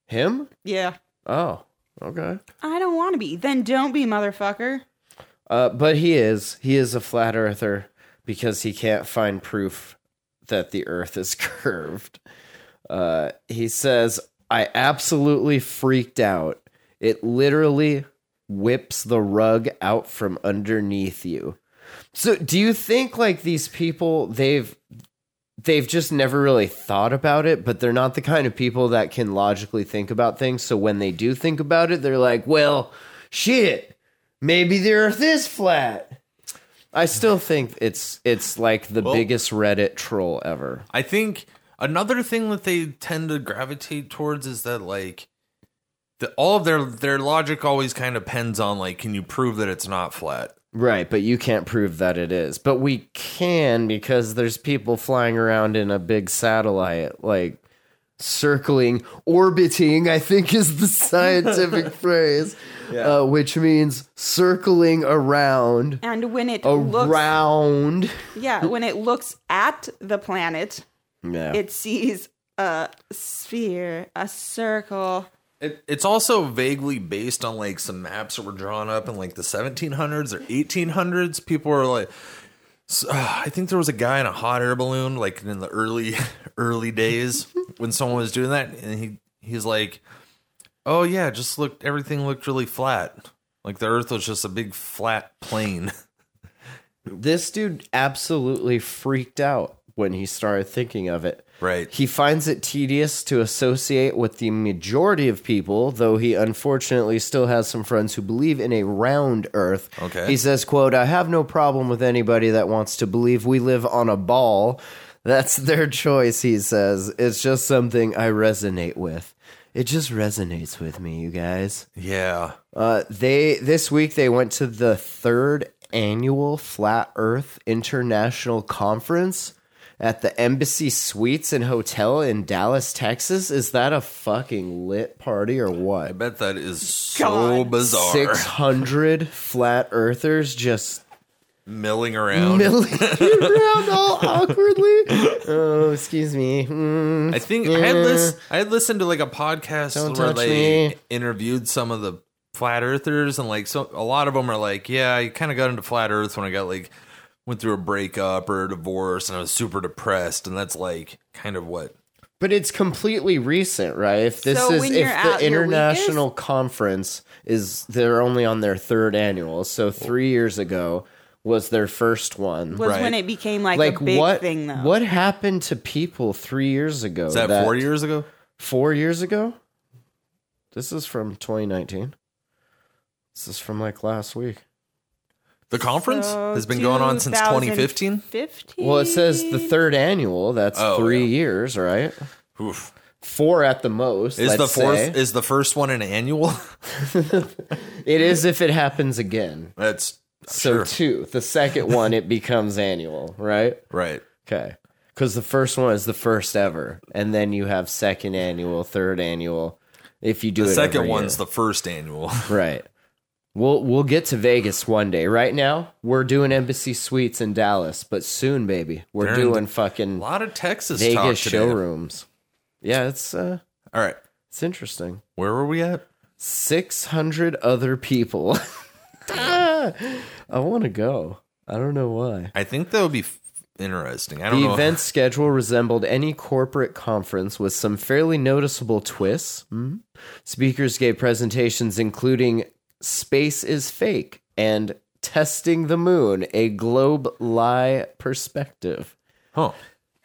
Speaker 2: Him?
Speaker 1: Yeah.
Speaker 2: Oh, okay.
Speaker 1: I don't want to be. Then don't be, motherfucker.
Speaker 2: Uh, but he is. He is a flat earther because he can't find proof that the earth is curved. Uh, he says, I absolutely freaked out. It literally whips the rug out from underneath you. So do you think like these people they've they've just never really thought about it, but they're not the kind of people that can logically think about things. So when they do think about it, they're like, "Well, shit, maybe the earth is flat." I still think it's it's like the biggest Reddit troll ever.
Speaker 6: I think another thing that they tend to gravitate towards is that like the, all of their their logic always kind of depends on like can you prove that it's not flat?
Speaker 2: Right, but you can't prove that it is. But we can because there's people flying around in a big satellite, like circling, orbiting, I think is the scientific phrase, uh, which means circling around,
Speaker 1: And when it looks,
Speaker 2: around.
Speaker 1: yeah, when it looks at the planet,
Speaker 2: Yeah.
Speaker 1: it sees a sphere, a circle.
Speaker 6: It, it's also vaguely based on like some maps that were drawn up in like the 1700s or 1800s. People were like, s- ah, I think there was a guy in a hot air balloon, like in the early early days when someone was doing that, and he he's like, oh yeah, it just looked everything looked really flat, like the Earth was just a big flat plane.
Speaker 2: this dude absolutely freaked out when he started thinking of it.
Speaker 6: Right.
Speaker 2: He finds it tedious to associate with the majority of people, though he unfortunately still has some friends who believe in a round earth.
Speaker 6: Okay.
Speaker 2: He says, quote, I have no problem with anybody that wants to believe we live on a ball. That's their choice, he says. It's just something I resonate with. It just resonates with me, you guys.
Speaker 6: Yeah.
Speaker 2: Uh, they this week they went to the third annual Flat Earth International Conference at the Embassy Suites and Hotel in Dallas, Texas. Is that a fucking lit party or
Speaker 6: I
Speaker 2: what?
Speaker 6: bet that is so bizarre.
Speaker 2: Six hundred flat earthers just
Speaker 6: Milling around.
Speaker 2: milling around all awkwardly. Oh, excuse me. Mm.
Speaker 6: I think I had lis- I had listened to like a podcast
Speaker 2: Don't
Speaker 6: where
Speaker 2: touch
Speaker 6: they
Speaker 2: me.
Speaker 6: interviewed some of the flat earthers and like so a lot of them are like, yeah, I kind of got into flat earth when I got like went through a breakup or a divorce and I was super depressed and that's like kind of what
Speaker 2: But it's completely recent, right? If this
Speaker 1: So
Speaker 2: is
Speaker 1: when
Speaker 2: if
Speaker 1: you're
Speaker 2: the
Speaker 1: out, your week is-
Speaker 2: international conference is they're only on their third annual, so three years ago was their first one.
Speaker 1: was
Speaker 6: Right.
Speaker 1: when it became like,
Speaker 2: like
Speaker 1: a big
Speaker 2: what
Speaker 1: thing though.
Speaker 2: what happened to people three years ago?
Speaker 6: is that, four years ago?
Speaker 2: Four years ago? This is from 2019. This is from like last week.
Speaker 6: The conference
Speaker 1: So,
Speaker 6: has been going on since 2015.
Speaker 1: 2015?
Speaker 2: Well, it says the third annual. That's
Speaker 6: Oh,
Speaker 2: three years, right?
Speaker 6: Oof.
Speaker 2: Four at the most.
Speaker 6: Is
Speaker 2: let's
Speaker 6: the fourth
Speaker 2: say.
Speaker 6: is the first one an annual?
Speaker 2: It is if it happens again.
Speaker 6: that's
Speaker 2: So
Speaker 6: sure.
Speaker 2: two. The second one it becomes annual, right?
Speaker 6: right.
Speaker 2: Okay. Because the first one is the first ever, and then you have second annual, third annual. If you do
Speaker 6: The
Speaker 2: it
Speaker 6: second
Speaker 2: every
Speaker 6: one's
Speaker 2: year.
Speaker 6: the first annual.
Speaker 2: right. We'll we'll get to Vegas one day. Right now we're doing Embassy Suites in Dallas, but soon, baby, we're
Speaker 6: They're in
Speaker 2: doing
Speaker 6: the-
Speaker 2: fucking
Speaker 6: A lot of Texas talk
Speaker 2: Vegas
Speaker 6: today.
Speaker 2: showrooms. Yeah, it's uh,
Speaker 6: All right.
Speaker 2: it's interesting.
Speaker 6: Where were we at?
Speaker 2: Six hundred other people. I want to go. I don't know why.
Speaker 6: I think that would be f- interesting. I don't
Speaker 2: The
Speaker 6: know.
Speaker 2: event schedule resembled any corporate conference with some fairly noticeable twists. Hmm? Speakers gave presentations including Space is Fake and Testing the Moon, a globe lie perspective.
Speaker 6: Huh.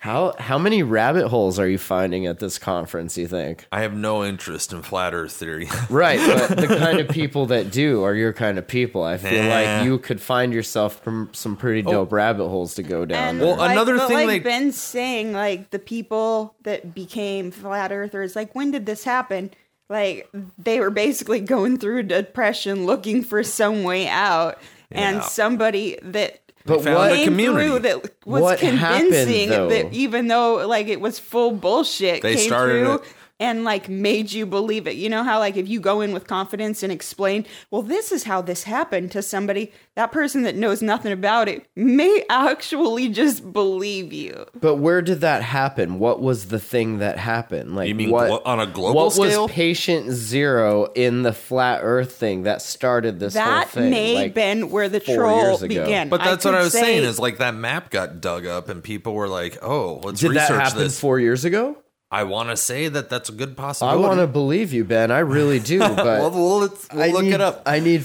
Speaker 2: How how many rabbit holes are you finding at this conference, you think?
Speaker 6: I have no interest in flat Earth theory.
Speaker 2: Right, but the kind of people that do are your kind of people. I feel
Speaker 6: Nah. Oh.
Speaker 2: like you could find yourself from some pretty dope rabbit holes to go down.
Speaker 1: And
Speaker 6: Well,
Speaker 1: like,
Speaker 6: another
Speaker 1: but
Speaker 6: thing
Speaker 1: like
Speaker 6: they-
Speaker 1: Ben's saying, like the people that became flat earthers, like when did this happen? Like they were basically going through depression, looking for some way out,
Speaker 6: Yeah.
Speaker 1: and somebody that
Speaker 2: But
Speaker 6: found
Speaker 2: what
Speaker 6: a
Speaker 1: came
Speaker 6: community.
Speaker 1: through that was
Speaker 2: What happened,
Speaker 1: convincing
Speaker 2: though?
Speaker 1: that even though like it was full bullshit,
Speaker 6: They
Speaker 1: came
Speaker 6: started
Speaker 1: through.
Speaker 6: it.
Speaker 1: And like made you believe it. You know how like if you go in with confidence and explain, well, this is how this happened to somebody, that person that knows nothing about it may actually just believe you.
Speaker 2: But where did that happen? What was the thing that happened? Like
Speaker 6: You mean
Speaker 2: what,
Speaker 6: glo- on a global
Speaker 2: what
Speaker 6: scale?
Speaker 2: was patient zero in the flat Earth thing that started this
Speaker 1: That
Speaker 2: whole thing?
Speaker 1: may
Speaker 2: Like,
Speaker 1: been where the
Speaker 2: four
Speaker 1: troll
Speaker 2: years ago.
Speaker 1: began.
Speaker 6: But that's what
Speaker 1: could
Speaker 6: I was
Speaker 1: say-
Speaker 6: saying is like that map got dug up and people were like, "Oh, let's
Speaker 2: did that
Speaker 6: research
Speaker 2: happen
Speaker 6: this."
Speaker 2: four years ago?
Speaker 6: I want to say that that's a good
Speaker 2: I
Speaker 6: possibility.
Speaker 2: want to believe you, Ben. I really do. But
Speaker 6: Well, we'll, let's, we'll
Speaker 2: I
Speaker 6: look
Speaker 2: need,
Speaker 6: it up.
Speaker 2: I need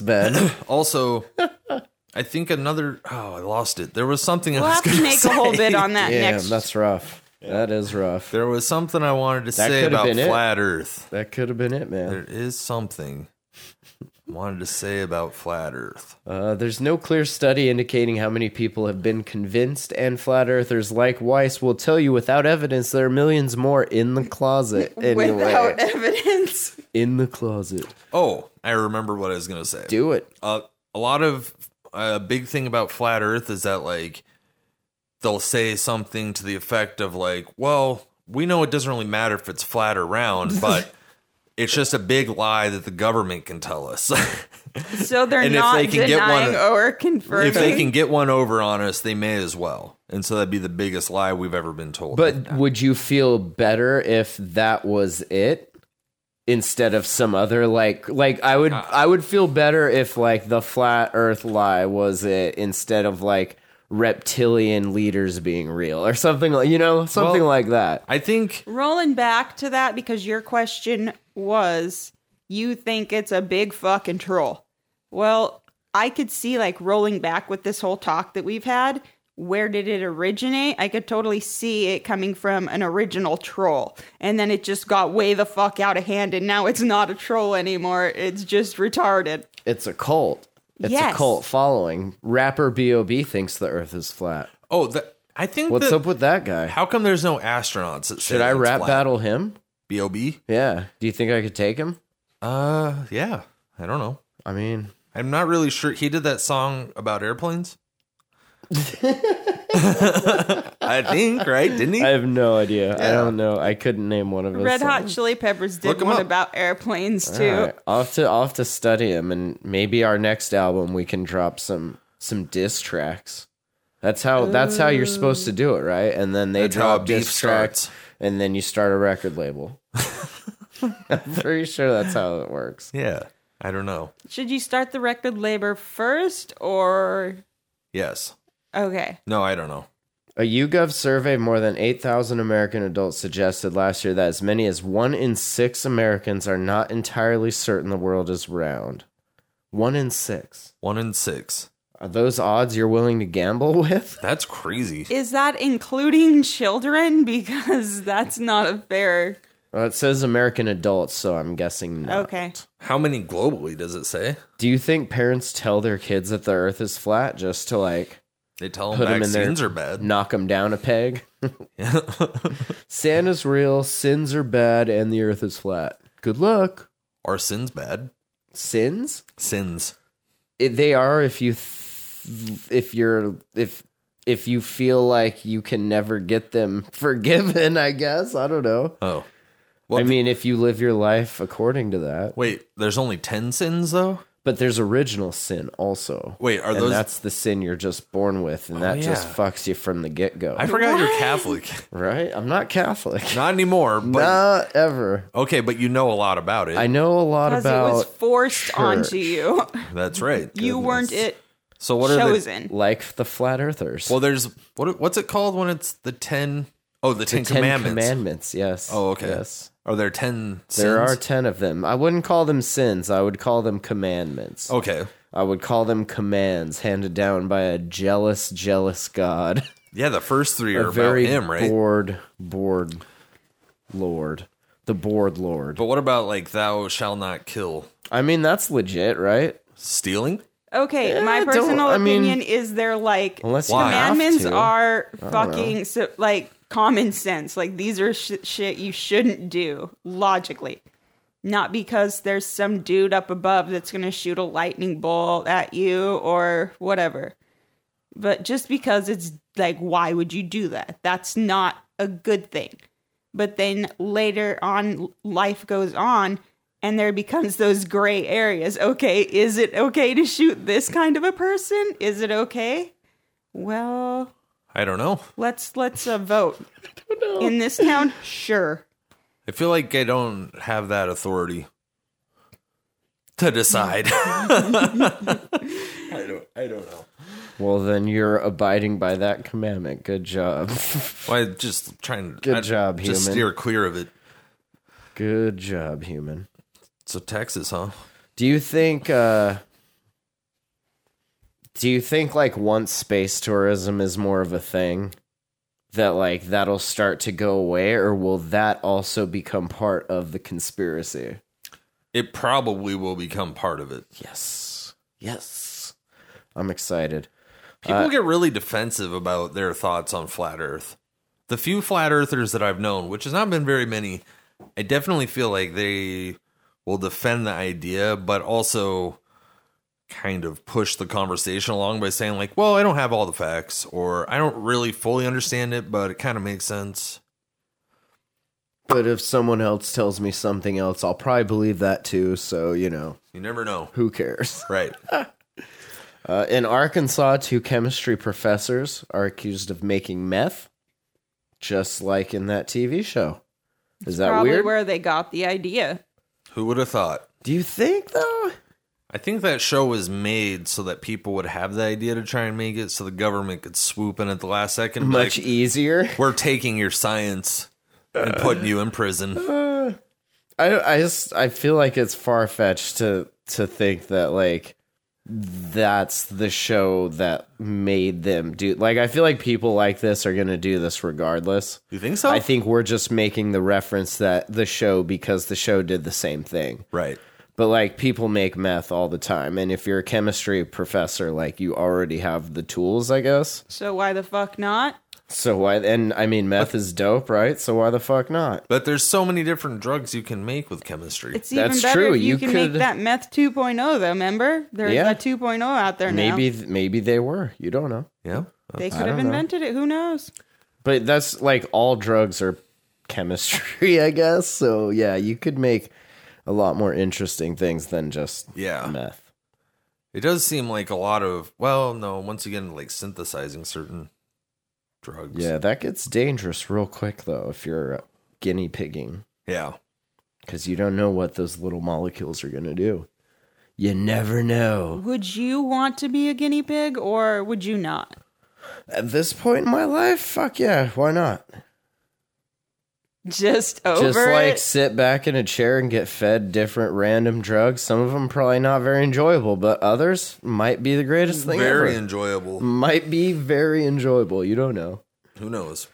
Speaker 2: Ben.
Speaker 6: Also, I think another. Oh, I lost it. There was something
Speaker 1: We'll
Speaker 6: I was
Speaker 1: have
Speaker 6: gonna
Speaker 1: to make
Speaker 6: say.
Speaker 1: a whole bit on that
Speaker 2: Damn,
Speaker 1: next.
Speaker 2: that's rough. That is rough.
Speaker 6: There was something I wanted to
Speaker 2: That
Speaker 6: say
Speaker 2: could've
Speaker 6: about
Speaker 2: been it.
Speaker 6: flat Earth.
Speaker 2: That could have been it, man.
Speaker 6: There is something I wanted to say about flat Earth.
Speaker 2: Uh, there's no clear study indicating how many people have been convinced, and flat earthers like Weiss will tell you without evidence there are millions more in the closet. Anyway.
Speaker 1: without evidence.
Speaker 2: in the closet.
Speaker 6: Oh, I remember what I was gonna say.
Speaker 2: Do it.
Speaker 6: uh, a lot of a big thing about flat earth is that like they'll say something to the effect of like well we know it doesn't really matter if it's flat or round but it's just a big lie that the government can tell us
Speaker 1: So they're
Speaker 6: And if
Speaker 1: not
Speaker 6: they can get one-
Speaker 1: denying or confirming.
Speaker 6: if they can get one over on us they may as well and so that'd be the biggest lie we've ever been told
Speaker 2: But would you feel better if that was it? Instead of some other like like I would I would feel better if like the flat earth lie was it instead of like reptilian leaders being real or something like you know, something
Speaker 6: Well-
Speaker 2: like that.
Speaker 6: i think
Speaker 1: Rolling back to that because your question was you think it's a big fucking troll. Well, I could see like rolling back with this whole talk that we've had. Where did it originate? I could totally see it coming from an original troll. And then it just got way the fuck out of hand. And now it's not a troll anymore. It's just retarded.
Speaker 2: It's a cult. It's
Speaker 1: Yes.
Speaker 2: a cult following. Rapper B.O.B. thinks the earth is flat.
Speaker 6: oh that i think
Speaker 2: What's
Speaker 6: that-
Speaker 2: up with that guy?
Speaker 6: how come there's no astronauts that say
Speaker 2: Should I
Speaker 6: it's
Speaker 2: rap
Speaker 6: flat?
Speaker 2: battle him?
Speaker 6: B.O.B.?
Speaker 2: Yeah. Do you think I could take him?
Speaker 6: Uh, yeah. I don't know.
Speaker 2: I mean,
Speaker 6: I'm not really sure. He did that song about airplanes. I think, right? Didn't he?
Speaker 2: I have no idea. I
Speaker 6: Yeah.
Speaker 2: don't know. I couldn't name one of his.
Speaker 1: Red Hot
Speaker 2: songs.
Speaker 1: Chili Peppers
Speaker 6: Look
Speaker 1: did
Speaker 6: 'em
Speaker 1: one
Speaker 6: up.
Speaker 1: about airplanes too.
Speaker 2: All right. I'll have to I'll have to study him, and maybe our next album we can drop some some diss tracks. That's how that's how you're supposed to do it, right? And then they
Speaker 6: That's how
Speaker 2: drop
Speaker 6: beef
Speaker 2: diss tracks,
Speaker 6: starts.
Speaker 2: and then you start a record label. I'm pretty sure that's how it works.
Speaker 6: Yeah. I don't know.
Speaker 1: Should you start the record labor first or
Speaker 6: Yes.
Speaker 1: okay?
Speaker 6: No, I don't know.
Speaker 2: A YouGov survey, more than 8,000 American adults suggested last year that as many as one in six Americans are not entirely certain the world is round. One in six.
Speaker 6: One in six.
Speaker 2: Are those odds you're willing to gamble with?
Speaker 6: That's crazy.
Speaker 1: Is that including children? Because that's not a fair.
Speaker 2: Well, it says American adults, so I'm guessing no.
Speaker 1: Okay.
Speaker 6: How many globally does it say?
Speaker 2: Do you think parents tell their kids that the earth is flat just to like
Speaker 6: They tell them
Speaker 2: put them in there,
Speaker 6: vaccines are bad.
Speaker 2: knock them down a peg? Santa's real, sins are bad, and the earth is flat. Good luck.
Speaker 6: Are sins bad?
Speaker 2: Sins?
Speaker 6: Sins.
Speaker 2: it, they are if you th- if you're if if you feel like you can never get them forgiven i guess i don't know
Speaker 6: Oh. Well,
Speaker 2: i mean if you live your life according to that
Speaker 6: wait, there's only 10 sins though?
Speaker 2: but there's original sin also
Speaker 6: Wait, are
Speaker 2: and
Speaker 6: those- Oh,
Speaker 2: that's the sin you're just born with and that just
Speaker 6: yeah.
Speaker 2: fucks you from the get-go
Speaker 6: I forgot you're Catholic.
Speaker 2: right i'm not catholic
Speaker 6: Not anymore, but
Speaker 2: not ever
Speaker 6: okay, but you know a lot about it.
Speaker 2: i know a lot
Speaker 1: Because it was
Speaker 2: about
Speaker 1: forced onto
Speaker 2: church.
Speaker 1: you.
Speaker 6: That's right.
Speaker 1: You weren't it
Speaker 6: So what are the
Speaker 1: chosen.
Speaker 2: like the flat earthers
Speaker 6: Well, there's what what's it called when it's the 10 Oh, the 10
Speaker 2: Ten
Speaker 6: commandments.
Speaker 2: commandments yes
Speaker 6: Oh, okay.
Speaker 2: yes
Speaker 6: Are there 10 sins?
Speaker 2: There are 10 of them. I wouldn't call them sins. I would call them commandments.
Speaker 6: Okay.
Speaker 2: I would call them commands handed down by a jealous, jealous God.
Speaker 6: Yeah, the first 3
Speaker 2: A
Speaker 6: are about
Speaker 2: very
Speaker 6: him, right?
Speaker 2: bored, bored Lord. The bored Lord.
Speaker 6: But what about like thou shall not kill?
Speaker 2: I mean, that's legit, right?
Speaker 6: Stealing?
Speaker 1: Okay,
Speaker 2: I
Speaker 1: my
Speaker 2: don't-
Speaker 1: personal
Speaker 2: I mean-
Speaker 1: opinion is they're like
Speaker 2: Unless
Speaker 6: Why?
Speaker 2: you have
Speaker 1: commandments
Speaker 2: to.
Speaker 1: are fucking so, like common sense. Like these are sh- shit you shouldn't do logically. Not because there's some dude up above that's going to shoot a lightning bolt at you or whatever. But just because it's like why would you do that? That's not a good thing. But then later on life goes on and there becomes those gray areas. Okay, is it okay to shoot this kind of a person? Is it okay? Well,
Speaker 6: I don't know.
Speaker 1: let's let's uh, vote. In this town, sure.
Speaker 6: I feel like I don't have that authority to decide. I don't I don't know.
Speaker 2: Well, then you're abiding by that commandment. Good job.
Speaker 6: Well, I just trying to
Speaker 2: Good
Speaker 6: I-
Speaker 2: job,
Speaker 6: just
Speaker 2: human.
Speaker 6: steer clear of it.
Speaker 2: Good job, human.
Speaker 6: So Texas, huh?
Speaker 2: Do you think uh do you think like once space tourism is more of a thing that like that'll start to go away or will that also become part of the conspiracy?
Speaker 6: It probably will become part of it.
Speaker 2: Yes. Yes. I'm excited.
Speaker 6: People get really defensive about their thoughts on flat Earth. The few flat earthers that I've known, which has not been very many, I definitely feel like they will defend the idea, but also kind of push the conversation along by saying, like, well, I don't have all the facts, or I don't really fully understand it, but it kind of makes sense.
Speaker 2: But if someone else tells me something else, I'll probably believe that too, so you know,
Speaker 6: You never know.
Speaker 2: who cares?
Speaker 6: Right.
Speaker 2: Uh, in Arkansas, two chemistry professors are accused of making meth, just like in that TV show. Is that
Speaker 1: Probably
Speaker 2: weird?
Speaker 1: where they got the idea.
Speaker 6: Who would have thought?
Speaker 2: Do you think though?
Speaker 6: I think that show was made so that people would have the idea to try and make it so the government could swoop in at the last second. and be
Speaker 2: Much
Speaker 6: like,
Speaker 2: easier.
Speaker 6: we're taking your science and putting you in
Speaker 2: Uh,
Speaker 6: prison.
Speaker 2: I I just I feel like it's far fetched to to think that like that's the show that made them do like I feel like people like this are gonna do this regardless.
Speaker 6: You think so?
Speaker 2: I think we're just making the reference that the show because the show did the same thing.
Speaker 6: right.
Speaker 2: But like people make meth all the time, and if you're a chemistry professor, like you already have the tools, I guess.
Speaker 1: So why the fuck not?
Speaker 2: So why? And I mean, meth is dope, right? So why the fuck not?
Speaker 6: But there's so many different drugs you can make with chemistry.
Speaker 1: It's even
Speaker 2: That's
Speaker 1: better
Speaker 2: true,
Speaker 1: if you,
Speaker 2: you
Speaker 1: can
Speaker 2: could-
Speaker 1: make that meth 2.0 though, remember? There's
Speaker 2: Yeah.
Speaker 1: a 2.0 out there now.
Speaker 2: Maybe, maybe they were. You don't know.
Speaker 6: yeah.
Speaker 1: They could have
Speaker 2: don't know.
Speaker 1: invented it. Who knows?
Speaker 2: But that's like all drugs are chemistry, I guess. So yeah, you could make a lot more interesting things than just
Speaker 6: Yeah.
Speaker 2: meth.
Speaker 6: It does seem like a lot of well, no, once again like synthesizing certain drugs.
Speaker 2: Yeah, that gets dangerous real quick though if you're guinea pigging
Speaker 6: Yeah.
Speaker 2: because you don't know what those little molecules are gonna do. You never know.
Speaker 1: Would you want to be a guinea pig or would you not?
Speaker 2: At this point in my life, fuck yeah, why not?
Speaker 1: Just over
Speaker 2: just like
Speaker 1: it?
Speaker 2: sit back in a chair and get fed different random drugs. Some of them probably not very enjoyable, but others might be the greatest thing
Speaker 6: Very
Speaker 2: ever. Mm.
Speaker 6: enjoyable.
Speaker 2: might be very enjoyable. You don't know.
Speaker 6: Who knows?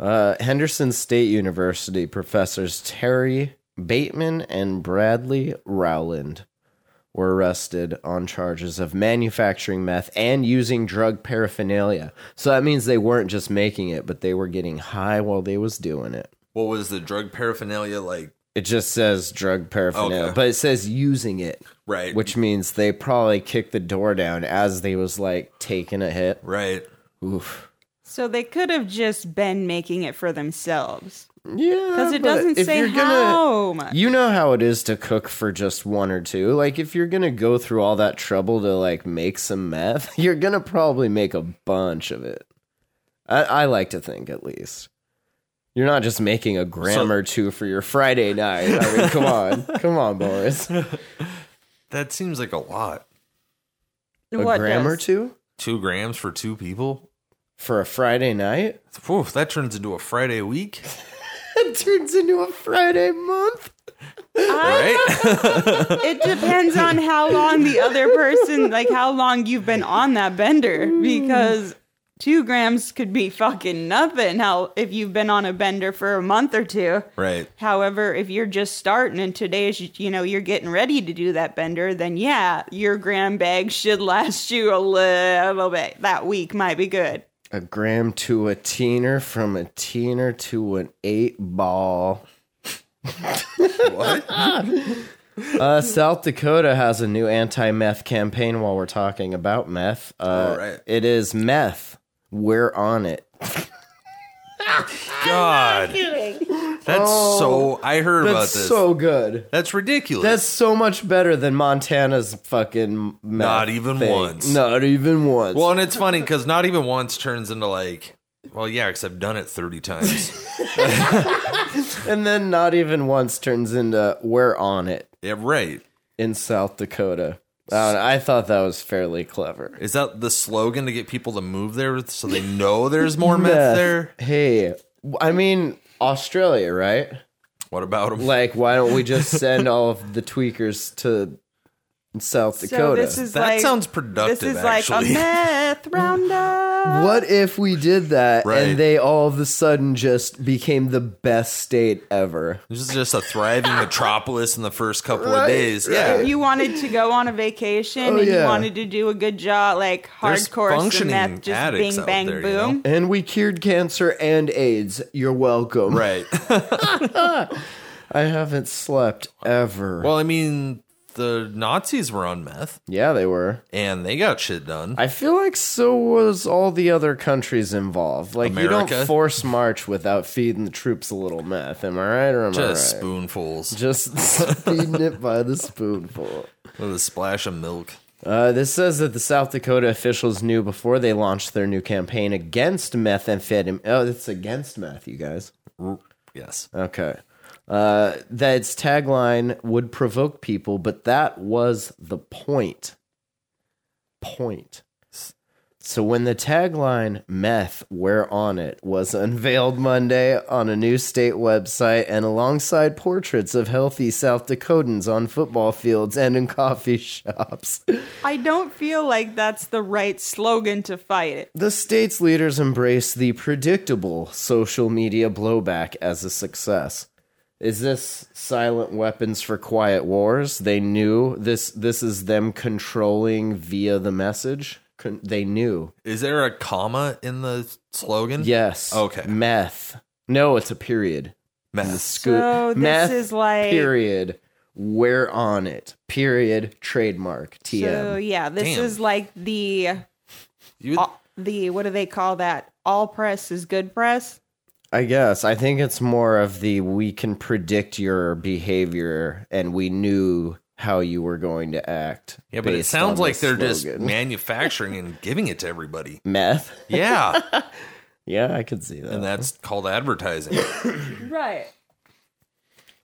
Speaker 2: Uh, Henderson State University professors Terry Bateman and Bradley Rowland were arrested on charges of manufacturing meth and using drug paraphernalia. So that means they weren't just making it, but they were getting high while they was doing it.
Speaker 6: What was the drug paraphernalia like?
Speaker 2: It just says drug paraphernalia,
Speaker 6: Okay.
Speaker 2: but it says using it,
Speaker 6: Right.
Speaker 2: which means they probably kicked the door down as they was like taking a hit.
Speaker 6: right.
Speaker 2: Oof.
Speaker 1: so they could have just been making it for themselves.
Speaker 2: Yeah,
Speaker 1: Because it
Speaker 2: Uh, but
Speaker 1: doesn't
Speaker 2: if
Speaker 1: say
Speaker 2: you're gonna-
Speaker 1: how much.
Speaker 2: You know how it is to cook for just one or two. Like if you're gonna go through all that trouble to like make some meth, you're gonna probably make a bunch of it. I, I like to think at least. You're not just making a gram
Speaker 6: So-
Speaker 2: or two for your Friday night. I mean, come on, come on, Boris. A
Speaker 6: That seems like a lot.
Speaker 1: What
Speaker 2: gram or
Speaker 1: does?
Speaker 2: two
Speaker 6: Two grams for two people?
Speaker 2: for a Friday night.
Speaker 6: Whew, that turns into a Friday week.
Speaker 2: It turns into a Friday month.
Speaker 6: Right?
Speaker 1: It depends on how long the other person, like how long you've been on that bender, because two grams could be fucking nothing. How if you've been on a bender for a month or two.
Speaker 6: right.
Speaker 1: However, if you're just starting and today's, you know, you're getting ready to do that bender, then yeah, your gram bag should last you a little bit. That week might be good.
Speaker 2: A gram to a teener, from a teener to an eight ball.
Speaker 6: What?
Speaker 2: Uh, South Dakota has a new anti-meth campaign. While we're talking about meth, uh,
Speaker 6: All right.
Speaker 2: it is meth. We're on it.
Speaker 6: God. That's so I heard about
Speaker 2: Oh, That's
Speaker 6: this.
Speaker 2: so good.
Speaker 6: That's ridiculous.
Speaker 2: That's so much better than Montana's fucking. Meth
Speaker 6: Not even
Speaker 2: thing.
Speaker 6: once.
Speaker 2: Not even once.
Speaker 6: well, and it's funny because not even once turns into like, well, yeah, because I've done it 30 times.
Speaker 2: and then not even once turns into we're on it
Speaker 6: yeah, right.
Speaker 2: in South Dakota. I, don't know, I thought that was fairly clever.
Speaker 6: Is that the slogan to get people to move there so they know there's more
Speaker 2: Meth.
Speaker 6: meth there?
Speaker 2: Hey, I mean Australia, right?
Speaker 6: What about them?
Speaker 2: Like, why don't we just send all of the tweakers to South
Speaker 1: So
Speaker 2: Dakota?
Speaker 1: this is
Speaker 6: that
Speaker 1: like
Speaker 6: sounds productive,
Speaker 1: This is like
Speaker 6: actually.
Speaker 1: a meth roundup.
Speaker 2: what if we did that
Speaker 6: Right.
Speaker 2: and they all of a sudden just became the best state ever?
Speaker 6: this is just a thriving metropolis in the first couple
Speaker 2: Right,
Speaker 6: of days. Yeah.
Speaker 1: If you wanted to go on a vacation
Speaker 2: Oh,
Speaker 1: and you
Speaker 2: yeah.
Speaker 1: wanted to do a good job, like
Speaker 6: There's
Speaker 1: hardcore some
Speaker 6: functioning
Speaker 1: meth, just
Speaker 6: addicts
Speaker 1: bing
Speaker 6: out
Speaker 1: bang
Speaker 6: there, you
Speaker 1: boom.
Speaker 6: know?
Speaker 2: And we cured cancer and AIDS. You're welcome.
Speaker 6: Right.
Speaker 2: I haven't slept ever.
Speaker 6: well, I mean, the Nazis were on meth
Speaker 2: yeah, they were.
Speaker 6: and they got shit done.
Speaker 2: I feel like so was all the other countries involved. Like you
Speaker 6: America?
Speaker 2: don't force march without feeding the troops a little meth. Am I right or am I
Speaker 6: just
Speaker 2: right?
Speaker 6: spoonfuls
Speaker 2: Just feeding it by the spoonful.
Speaker 6: with a splash of milk.
Speaker 2: Uh, this says that the South Dakota officials knew before they launched their new campaign against methamphetamine. Oh, it's against meth, you guys.
Speaker 6: Yes.
Speaker 2: Okay. Uh, that its tagline would provoke people, but that was the point. Point. So when the tagline "Meth, we're on it" was unveiled Monday on a new state website, and alongside portraits of healthy South Dakotans on football fields and in coffee shops.
Speaker 1: I don't feel like that's the right slogan to fight it.
Speaker 2: The state's leaders embrace the predictable social media blowback as a success. Is this silent weapons for quiet wars? They knew this this is them controlling via the message. Couldn't- They knew.
Speaker 6: Is there a comma in the slogan?
Speaker 2: Yes.
Speaker 6: Okay.
Speaker 2: Meth. No, it's a period.
Speaker 6: Meth.
Speaker 2: Good.
Speaker 1: So this
Speaker 2: Meth,
Speaker 1: is like-
Speaker 2: period. We're on it. Period. Trademark. TM.
Speaker 1: So yeah, this
Speaker 6: Damn.
Speaker 1: is like the
Speaker 6: You,
Speaker 2: Uh,
Speaker 1: all- the what do they call that? All press is good press.
Speaker 2: I guess. I think it's more of the we can predict your behavior and we knew how you were going to act.
Speaker 6: yeah, but it
Speaker 2: based
Speaker 6: sounds
Speaker 2: on
Speaker 6: like
Speaker 2: the
Speaker 6: they're just
Speaker 2: slogan.
Speaker 6: manufacturing and giving it to everybody.
Speaker 2: meth.
Speaker 6: Yeah.
Speaker 2: Yeah, I could see that.
Speaker 6: and that's called advertising.
Speaker 1: Right.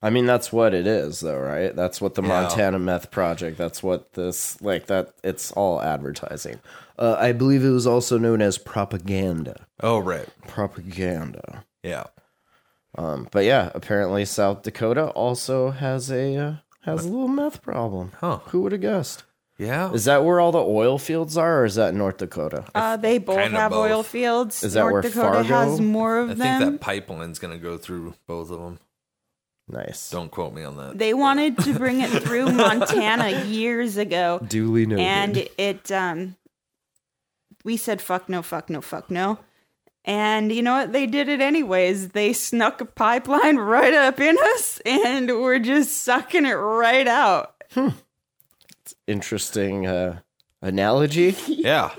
Speaker 2: I mean, that's what it is, though, right? That's what the
Speaker 6: Yeah.
Speaker 2: Montana Meth Project. That's what this like that. It's all advertising. Uh, I believe it was also known as propaganda.
Speaker 6: Oh, right.
Speaker 2: Propaganda.
Speaker 6: Yeah.
Speaker 2: Um, but yeah, apparently South Dakota also has a uh, has a little meth problem.
Speaker 6: Huh.
Speaker 2: Who would have guessed?
Speaker 6: Yeah.
Speaker 2: Is that where all the oil fields are, or is that North Dakota?
Speaker 1: Uh, they both
Speaker 6: Kinda
Speaker 1: have oil
Speaker 6: both.
Speaker 1: fields.
Speaker 2: Is that
Speaker 1: North
Speaker 2: where
Speaker 1: Dakota has
Speaker 2: Fargo-
Speaker 1: more
Speaker 6: I
Speaker 1: of
Speaker 6: think
Speaker 1: them.
Speaker 6: that pipeline's going to go through both of them.
Speaker 2: Nice.
Speaker 6: Don't quote me on that.
Speaker 1: they wanted to bring it through Montana years ago,
Speaker 2: Duly noted.
Speaker 1: and it um, we said fuck no, fuck no, fuck no. And you know what? They did it anyways. They snuck a pipeline right up in us, and we're just sucking it right out.
Speaker 2: Interesting uh, analogy.
Speaker 6: Yeah.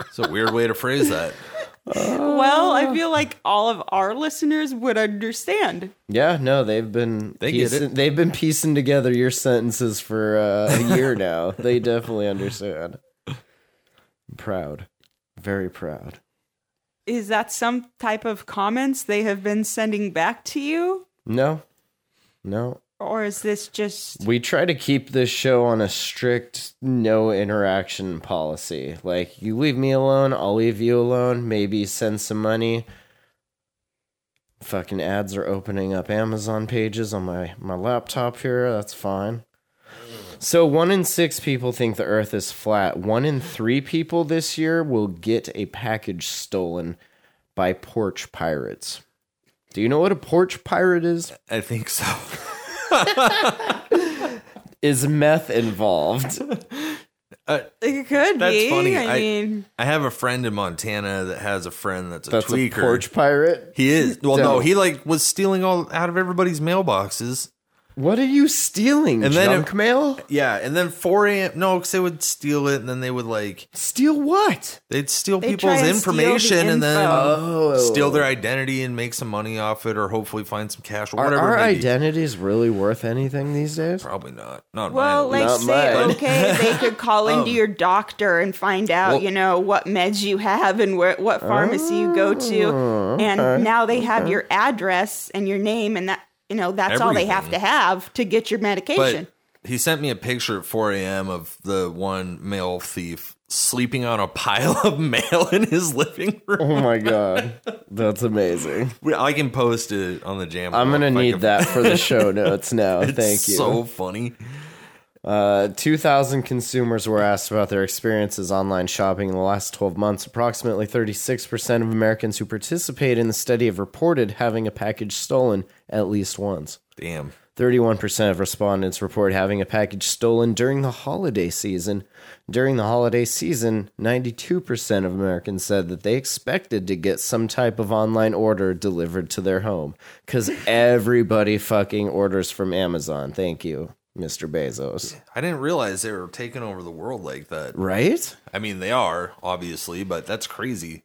Speaker 6: It's a weird way to phrase that.
Speaker 1: Well,
Speaker 6: Oh.
Speaker 1: I feel like all of our listeners would understand.
Speaker 2: Yeah, no, they've been
Speaker 6: They get it.
Speaker 2: piecing, they've been piecing together your sentences for uh, a year now. they definitely understand. I'm proud, very proud.
Speaker 1: Is that some type of comments they have been sending back to you?
Speaker 2: No, no,
Speaker 1: Or is this just
Speaker 2: we try to keep this show on a strict no interaction policy. Like you leave me alone, I'll leave you alone. Maybe send some money. Fucking ads are opening up Amazon pages on my my laptop here. That's fine. So one in six people think the Earth is flat. One in three people this year will get a package stolen by porch pirates. Do you know what a porch pirate is?
Speaker 6: I think so.
Speaker 2: Is meth involved?
Speaker 1: it could
Speaker 6: That's
Speaker 1: be?
Speaker 6: funny.
Speaker 1: I,
Speaker 6: I-
Speaker 1: mean,
Speaker 6: I have a friend in Montana that has a friend that's a
Speaker 2: That's
Speaker 6: tweaker.
Speaker 2: a porch pirate.
Speaker 6: He is. Well,
Speaker 2: No.
Speaker 6: no, he like was stealing all out of everybody's mailboxes.
Speaker 2: What are you stealing?
Speaker 6: And
Speaker 2: And
Speaker 6: then
Speaker 2: junk
Speaker 6: it-
Speaker 2: mail?
Speaker 6: Yeah, and then 4 a.m. No, because they would steal it, and then they would like
Speaker 2: Steal what?
Speaker 6: they'd steal
Speaker 1: They try
Speaker 6: people's
Speaker 1: and steal the
Speaker 6: information, and then
Speaker 2: info. Oh.
Speaker 6: steal their identity and make some money off it, or hopefully find some cash or
Speaker 2: Are
Speaker 6: whatever.
Speaker 2: our
Speaker 6: it may be.
Speaker 2: identities really worth anything these days?
Speaker 6: Probably not. Not
Speaker 1: well,
Speaker 6: mine.
Speaker 1: like
Speaker 2: Not Um,
Speaker 1: say,
Speaker 2: mine.
Speaker 1: okay, they could call into your doctor and find out,
Speaker 6: Well-
Speaker 1: you know, what meds you have and where, what pharmacy you go to,
Speaker 2: Oh,
Speaker 1: and now they have your address and your name, and that you know that's all they have to
Speaker 6: Everything.
Speaker 1: have to get your medication.
Speaker 6: but he sent me a picture at 4 a.m. of the one mail thief sleeping on a pile of mail in his living room.
Speaker 2: Oh my god, that's amazing!
Speaker 6: We- I can post it on the jam.
Speaker 2: I'm gonna
Speaker 6: if I
Speaker 2: need
Speaker 6: can-
Speaker 2: that for the show notes now. Thank you.
Speaker 6: So funny.
Speaker 2: Uh, 2,000 consumers were asked about their experiences online shopping in the last 12 months. Approximately 36% of Americans who participate in the study have reported having a package stolen at least once.
Speaker 6: Damn.
Speaker 2: 31% of respondents report having a package stolen during the holiday season. During the holiday season, 92% of Americans said that they expected to get some type of online order delivered to their home because everybody fucking orders from Amazon. Thank you, Mr. Bezos.
Speaker 6: I didn't realize they were taking over the world like that.
Speaker 2: Right?
Speaker 6: I mean, they are obviously, but that's crazy.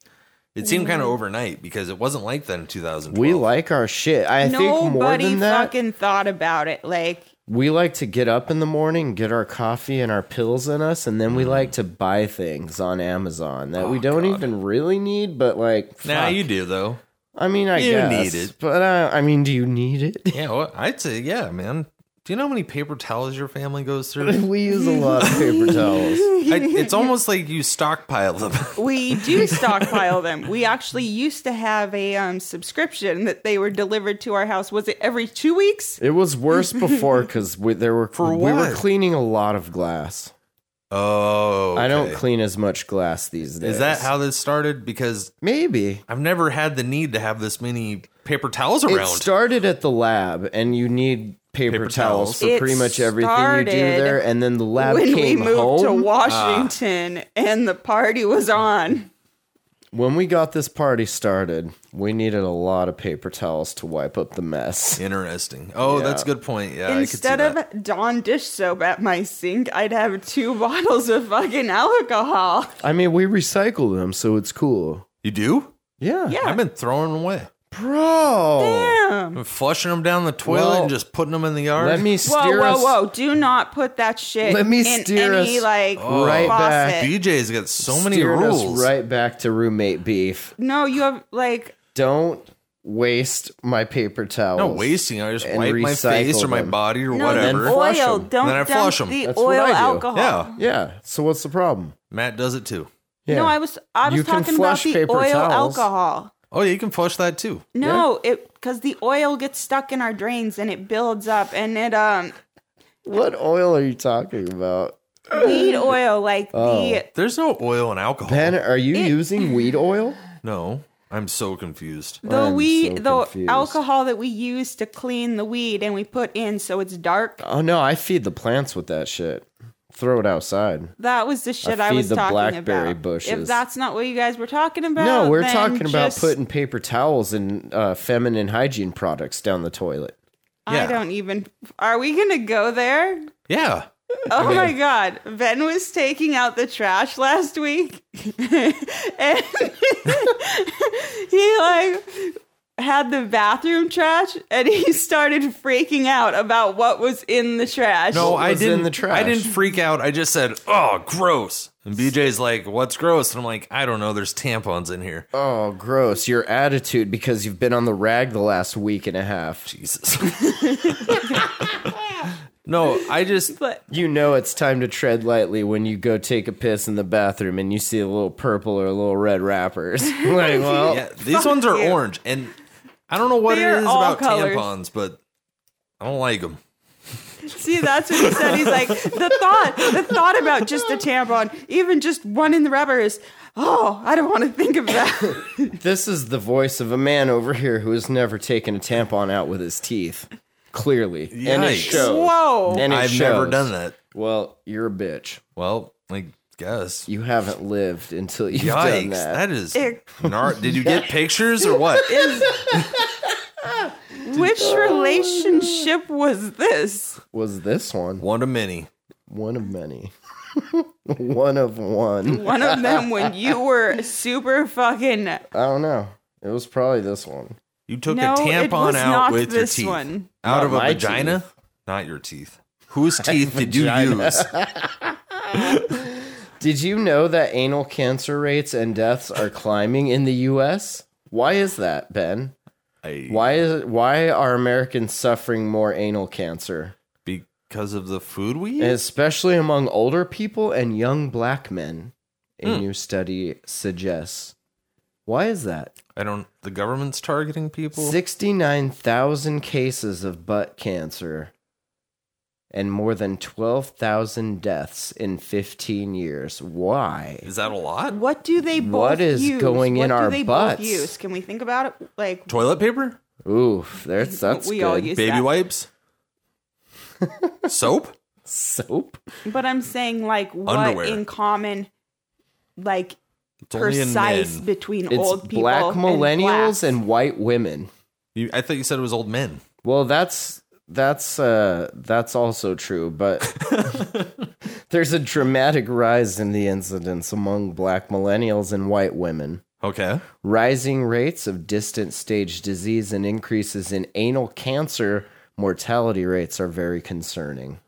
Speaker 6: It seemed kind of overnight because it wasn't like that in 2012.
Speaker 2: Mm. We like our shit. I think more
Speaker 1: Nobody
Speaker 2: than that,
Speaker 1: fucking thought about it. Like
Speaker 2: we like to get up in the morning, get our coffee and our pills in us, and then
Speaker 6: Mm.
Speaker 2: we like to buy things on Amazon that we don't even really need, but like, fuck.
Speaker 6: Oh, Nah, you do though.
Speaker 2: I mean, I
Speaker 6: you
Speaker 2: guess,
Speaker 6: need it.
Speaker 2: but uh, I mean, do you need it?
Speaker 6: Yeah, well, I'd say yeah, man. Do you know how many paper towels your family goes through?
Speaker 2: we use a lot of paper towels.
Speaker 6: I, it's almost like you stockpile them.
Speaker 1: we do stockpile them. We actually used to have a um, subscription that they were delivered to our house. Was it every two weeks?
Speaker 2: It was worse before because we there were
Speaker 6: For
Speaker 2: we were
Speaker 6: what?
Speaker 2: cleaning a lot of glass.
Speaker 6: oh,
Speaker 2: I don't
Speaker 6: okay.
Speaker 2: clean as much glass these days.
Speaker 6: Is that how this started? Because
Speaker 2: Maybe
Speaker 6: I've never had the need to have this many paper towels
Speaker 2: It
Speaker 6: around.
Speaker 2: started at the lab, and you need paper,
Speaker 6: Paper
Speaker 2: towels
Speaker 6: towels.
Speaker 2: for
Speaker 1: It
Speaker 2: pretty much everything you do
Speaker 1: started
Speaker 2: there, and then the lab
Speaker 1: when we
Speaker 2: came
Speaker 1: moved
Speaker 2: home. Ah.
Speaker 1: to Washington and the party was on.
Speaker 2: when we got this party started, we needed a lot of paper towels to wipe up the mess.
Speaker 6: Interesting. Oh, that's a good point. Yeah,
Speaker 1: Instead
Speaker 6: I could see
Speaker 1: of
Speaker 6: that.
Speaker 1: Dawn dish soap at my sink, I'd have two bottles of fucking alcohol.
Speaker 2: I mean, we recycle them, so it's cool.
Speaker 6: you do.
Speaker 2: Yeah,
Speaker 1: Yeah.
Speaker 6: I've been throwing them away.
Speaker 2: bro.
Speaker 1: Damn.
Speaker 6: I've been flushing them down the toilet
Speaker 2: Well,
Speaker 6: and just putting them in the yard.
Speaker 2: Let me
Speaker 1: Whoa,
Speaker 2: steer
Speaker 1: whoa,
Speaker 2: us
Speaker 1: whoa. Do not put that shit
Speaker 2: Let me
Speaker 1: in
Speaker 2: steer
Speaker 1: any,
Speaker 2: us Oh.
Speaker 1: like,
Speaker 2: right back.
Speaker 1: faucet.
Speaker 6: BJ's got so many
Speaker 2: steered us
Speaker 6: rules.
Speaker 2: right back to roommate beef.
Speaker 1: No, you have, like,
Speaker 2: Don't waste my paper towels.
Speaker 6: No wasting. I just
Speaker 2: And
Speaker 6: wipe my face
Speaker 2: recycle
Speaker 6: or my
Speaker 2: them.
Speaker 6: body or
Speaker 1: no,
Speaker 6: whatever.
Speaker 1: the
Speaker 2: flush
Speaker 1: oil.
Speaker 2: 'em.
Speaker 1: Don't
Speaker 6: Then I
Speaker 1: dump
Speaker 6: flush 'em.
Speaker 1: the
Speaker 2: That's what
Speaker 1: oil
Speaker 2: I do.
Speaker 1: alcohol.
Speaker 6: yeah,
Speaker 2: Yeah. So what's the problem?
Speaker 6: Matt does it too.
Speaker 2: Yeah.
Speaker 1: No, I was I was
Speaker 2: You can
Speaker 1: talking about
Speaker 2: flush
Speaker 1: the
Speaker 2: paper
Speaker 1: oil
Speaker 2: towels.
Speaker 1: alcohol.
Speaker 6: Oh, yeah, you can flush that too.
Speaker 1: No, it because the oil gets stuck in our drains and it builds up and it um
Speaker 2: What oil are you talking about?
Speaker 1: weed oil like
Speaker 2: Oh.
Speaker 1: the
Speaker 6: There's no oil and alcohol.
Speaker 2: Ben, are you
Speaker 1: It-
Speaker 2: using weed oil?
Speaker 6: no, I'm so confused.
Speaker 1: the
Speaker 2: I'm
Speaker 1: weed
Speaker 2: so
Speaker 1: the
Speaker 2: confused.
Speaker 1: alcohol that we use to clean the weed and we put in so it's dark.
Speaker 2: Oh no, I feed the plants with that shit. Throw it outside.
Speaker 1: That was the shit I,
Speaker 2: feed
Speaker 1: was
Speaker 2: the
Speaker 1: talking
Speaker 2: blackberry
Speaker 1: about. If
Speaker 2: bushes.
Speaker 1: that's not what you guys were talking about,
Speaker 2: no, we're
Speaker 1: then
Speaker 2: talking about
Speaker 1: Oh, just-
Speaker 2: putting paper towels and uh, feminine hygiene products down the toilet.
Speaker 1: I
Speaker 6: Yeah.
Speaker 1: don't even. Are we gonna go there?
Speaker 6: Yeah.
Speaker 1: Oh my god. Ben was taking out the trash last week. and he like had the bathroom trash and he started freaking out about what was in the trash.
Speaker 6: No,
Speaker 2: What
Speaker 6: I
Speaker 2: was in
Speaker 6: didn't.
Speaker 2: the trash?
Speaker 6: I didn't freak out. I just said, "Oh, gross." And BJ's like, "What's gross?" And I'm like, "I don't know. There's tampons in here."
Speaker 2: Oh, gross! Your attitude because you've been on the rag the last week and a half.
Speaker 6: Jesus. no, I just
Speaker 1: But
Speaker 2: You know it's time to tread lightly when you go take a piss in the bathroom and you see a little purple or a little red wrappers. like, well,
Speaker 6: yeah. These ones are
Speaker 1: you.
Speaker 6: orange, and I don't know what
Speaker 1: They are
Speaker 6: it is
Speaker 1: all
Speaker 6: about
Speaker 1: colors.
Speaker 6: tampons, but I don't like them.
Speaker 1: see that's what he said. He's like, the thought the thought about just a tampon, even just one in the rubber is oh, I don't want to think of that.
Speaker 2: this is the voice of a man over here who has never taken a tampon out with his teeth. Clearly, and it
Speaker 6: Yikes.
Speaker 2: shows.
Speaker 1: Whoa.
Speaker 2: And it
Speaker 6: I've
Speaker 2: shows.
Speaker 6: never done that.
Speaker 2: Well, you're a bitch.
Speaker 6: Well, I guess.
Speaker 2: You haven't lived until you've done
Speaker 6: Yikes!
Speaker 2: that.
Speaker 6: That is.
Speaker 1: Ick.
Speaker 6: Nar- Did you get pictures or what?
Speaker 1: Which relationship was this?
Speaker 2: Was this one
Speaker 6: One of many.
Speaker 2: one of many? one of one.
Speaker 1: One of them when you were super fucking
Speaker 2: I don't know. It was probably this one.
Speaker 6: You took
Speaker 1: No,
Speaker 6: a
Speaker 1: it
Speaker 6: tampon
Speaker 1: was not
Speaker 6: out with your
Speaker 1: this
Speaker 6: teeth.
Speaker 1: one.
Speaker 6: Out
Speaker 2: Not
Speaker 6: of a
Speaker 2: my
Speaker 6: vagina? Not your teeth. Whose teeth did you
Speaker 2: Vagina.
Speaker 6: use?
Speaker 2: Did you know that anal cancer rates and deaths are climbing in the U.S.? Why is that, Ben?
Speaker 6: I-
Speaker 2: Why is why are Americans suffering more anal cancer,
Speaker 6: Because of the food we eat?
Speaker 2: especially among older people and young black men? A new study suggests. Why is that?
Speaker 6: I don't. The government's targeting people.
Speaker 2: 69,000 cases of butt cancer and more than 12,000 deaths in 15 years. Why?
Speaker 6: Is that a lot?
Speaker 1: What do they both
Speaker 2: What is
Speaker 1: use?
Speaker 2: going in
Speaker 1: What do
Speaker 2: our
Speaker 1: they both
Speaker 2: butts?
Speaker 1: use? Can we think about it? Like
Speaker 6: Toilet paper?
Speaker 2: Oof, there's that's
Speaker 1: we
Speaker 2: good.
Speaker 1: all use
Speaker 6: Baby
Speaker 1: that.
Speaker 6: wipes? Soap?
Speaker 2: soap.
Speaker 1: But I'm saying like what
Speaker 6: Underwear.
Speaker 1: in common like
Speaker 6: It's only in
Speaker 1: precise
Speaker 6: men.
Speaker 1: between
Speaker 2: It's
Speaker 1: old people and
Speaker 2: black millennials
Speaker 1: blacks.
Speaker 2: and, white women.
Speaker 6: You, I thought you said it was old men.
Speaker 2: Well, that's that's uh that's also true, but there's a dramatic rise in the incidence among black millennials and white women.
Speaker 6: Okay.
Speaker 2: rising rates of distant stage disease and increases in anal cancer mortality rates are very concerning.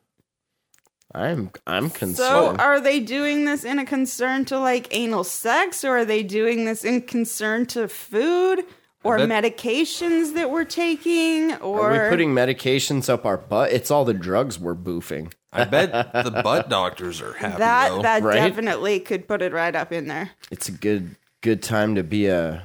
Speaker 2: I'm I'm
Speaker 1: so
Speaker 2: concerned.
Speaker 1: are they doing this in a concern to like anal sex or are they doing this in concern to food or
Speaker 6: bet-
Speaker 1: medications that we're taking or
Speaker 2: are we putting medications up our butt? It's all the drugs we're boofing.
Speaker 6: I bet the butt doctors are happy.
Speaker 1: that
Speaker 6: though.
Speaker 1: that
Speaker 2: right?
Speaker 1: definitely could put it right up in there.
Speaker 2: It's a good good time to be a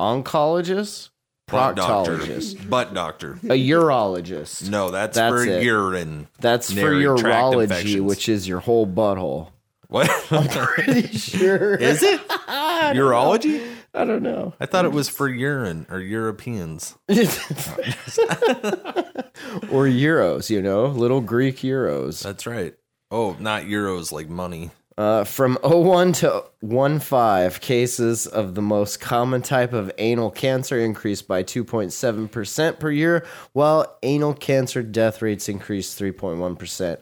Speaker 2: oncologist,
Speaker 6: butt doctor.
Speaker 2: proctologist,
Speaker 6: Butt doctor.
Speaker 2: a urologist.
Speaker 6: No, that's,
Speaker 2: That's
Speaker 6: for
Speaker 2: it.
Speaker 6: urine.
Speaker 2: That's for
Speaker 6: Urinary tract
Speaker 2: urology,
Speaker 6: infections.
Speaker 2: which is your whole butthole.
Speaker 6: What?
Speaker 2: Sure.
Speaker 6: Is it? Urology?
Speaker 2: I don't know.
Speaker 6: I thought it was for urine or Europeans.
Speaker 2: Or euros, you know, little Greek euros.
Speaker 6: That's right. Oh, not euros like money.
Speaker 2: Uh, from 01 to 15, cases of the most common type of anal cancer increased by 2.7% per year, while anal cancer death rates increased 3.1%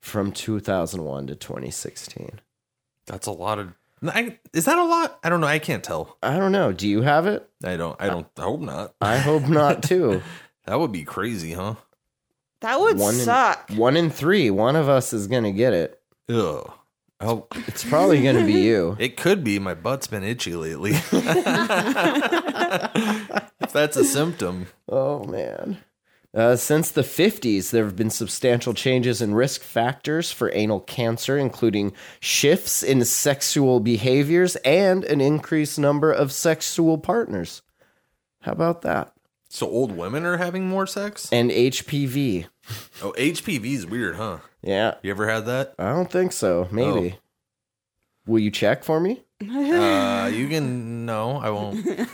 Speaker 2: from 2001 to 2016.
Speaker 6: That's a lot of. I, is that a lot? I don't know. I can't tell.
Speaker 2: I don't know. Do you have it?
Speaker 6: I don't. I don't. I hope not.
Speaker 2: I hope not, too.
Speaker 6: That would be crazy, huh?
Speaker 1: That would
Speaker 2: One
Speaker 1: suck.
Speaker 2: in, one in three. One of us is going to get it.
Speaker 6: Ugh. I hope
Speaker 2: It's probably going to be you.
Speaker 6: it could be. My butt's been itchy lately. if that's a symptom,
Speaker 2: Oh man. Uh, since the 50s, there have been substantial changes in risk factors for anal cancer, including shifts in sexual behaviors and an increased number of sexual partners. How about that?
Speaker 6: so old women are having more sex.
Speaker 2: And HPV.
Speaker 6: Oh, HPV is weird, huh?
Speaker 2: Yeah,
Speaker 6: You ever had that?
Speaker 2: I don't think so.
Speaker 6: Oh.
Speaker 2: Maybe. Will you check for me?
Speaker 6: Uh, you can. No, I won't.
Speaker 1: you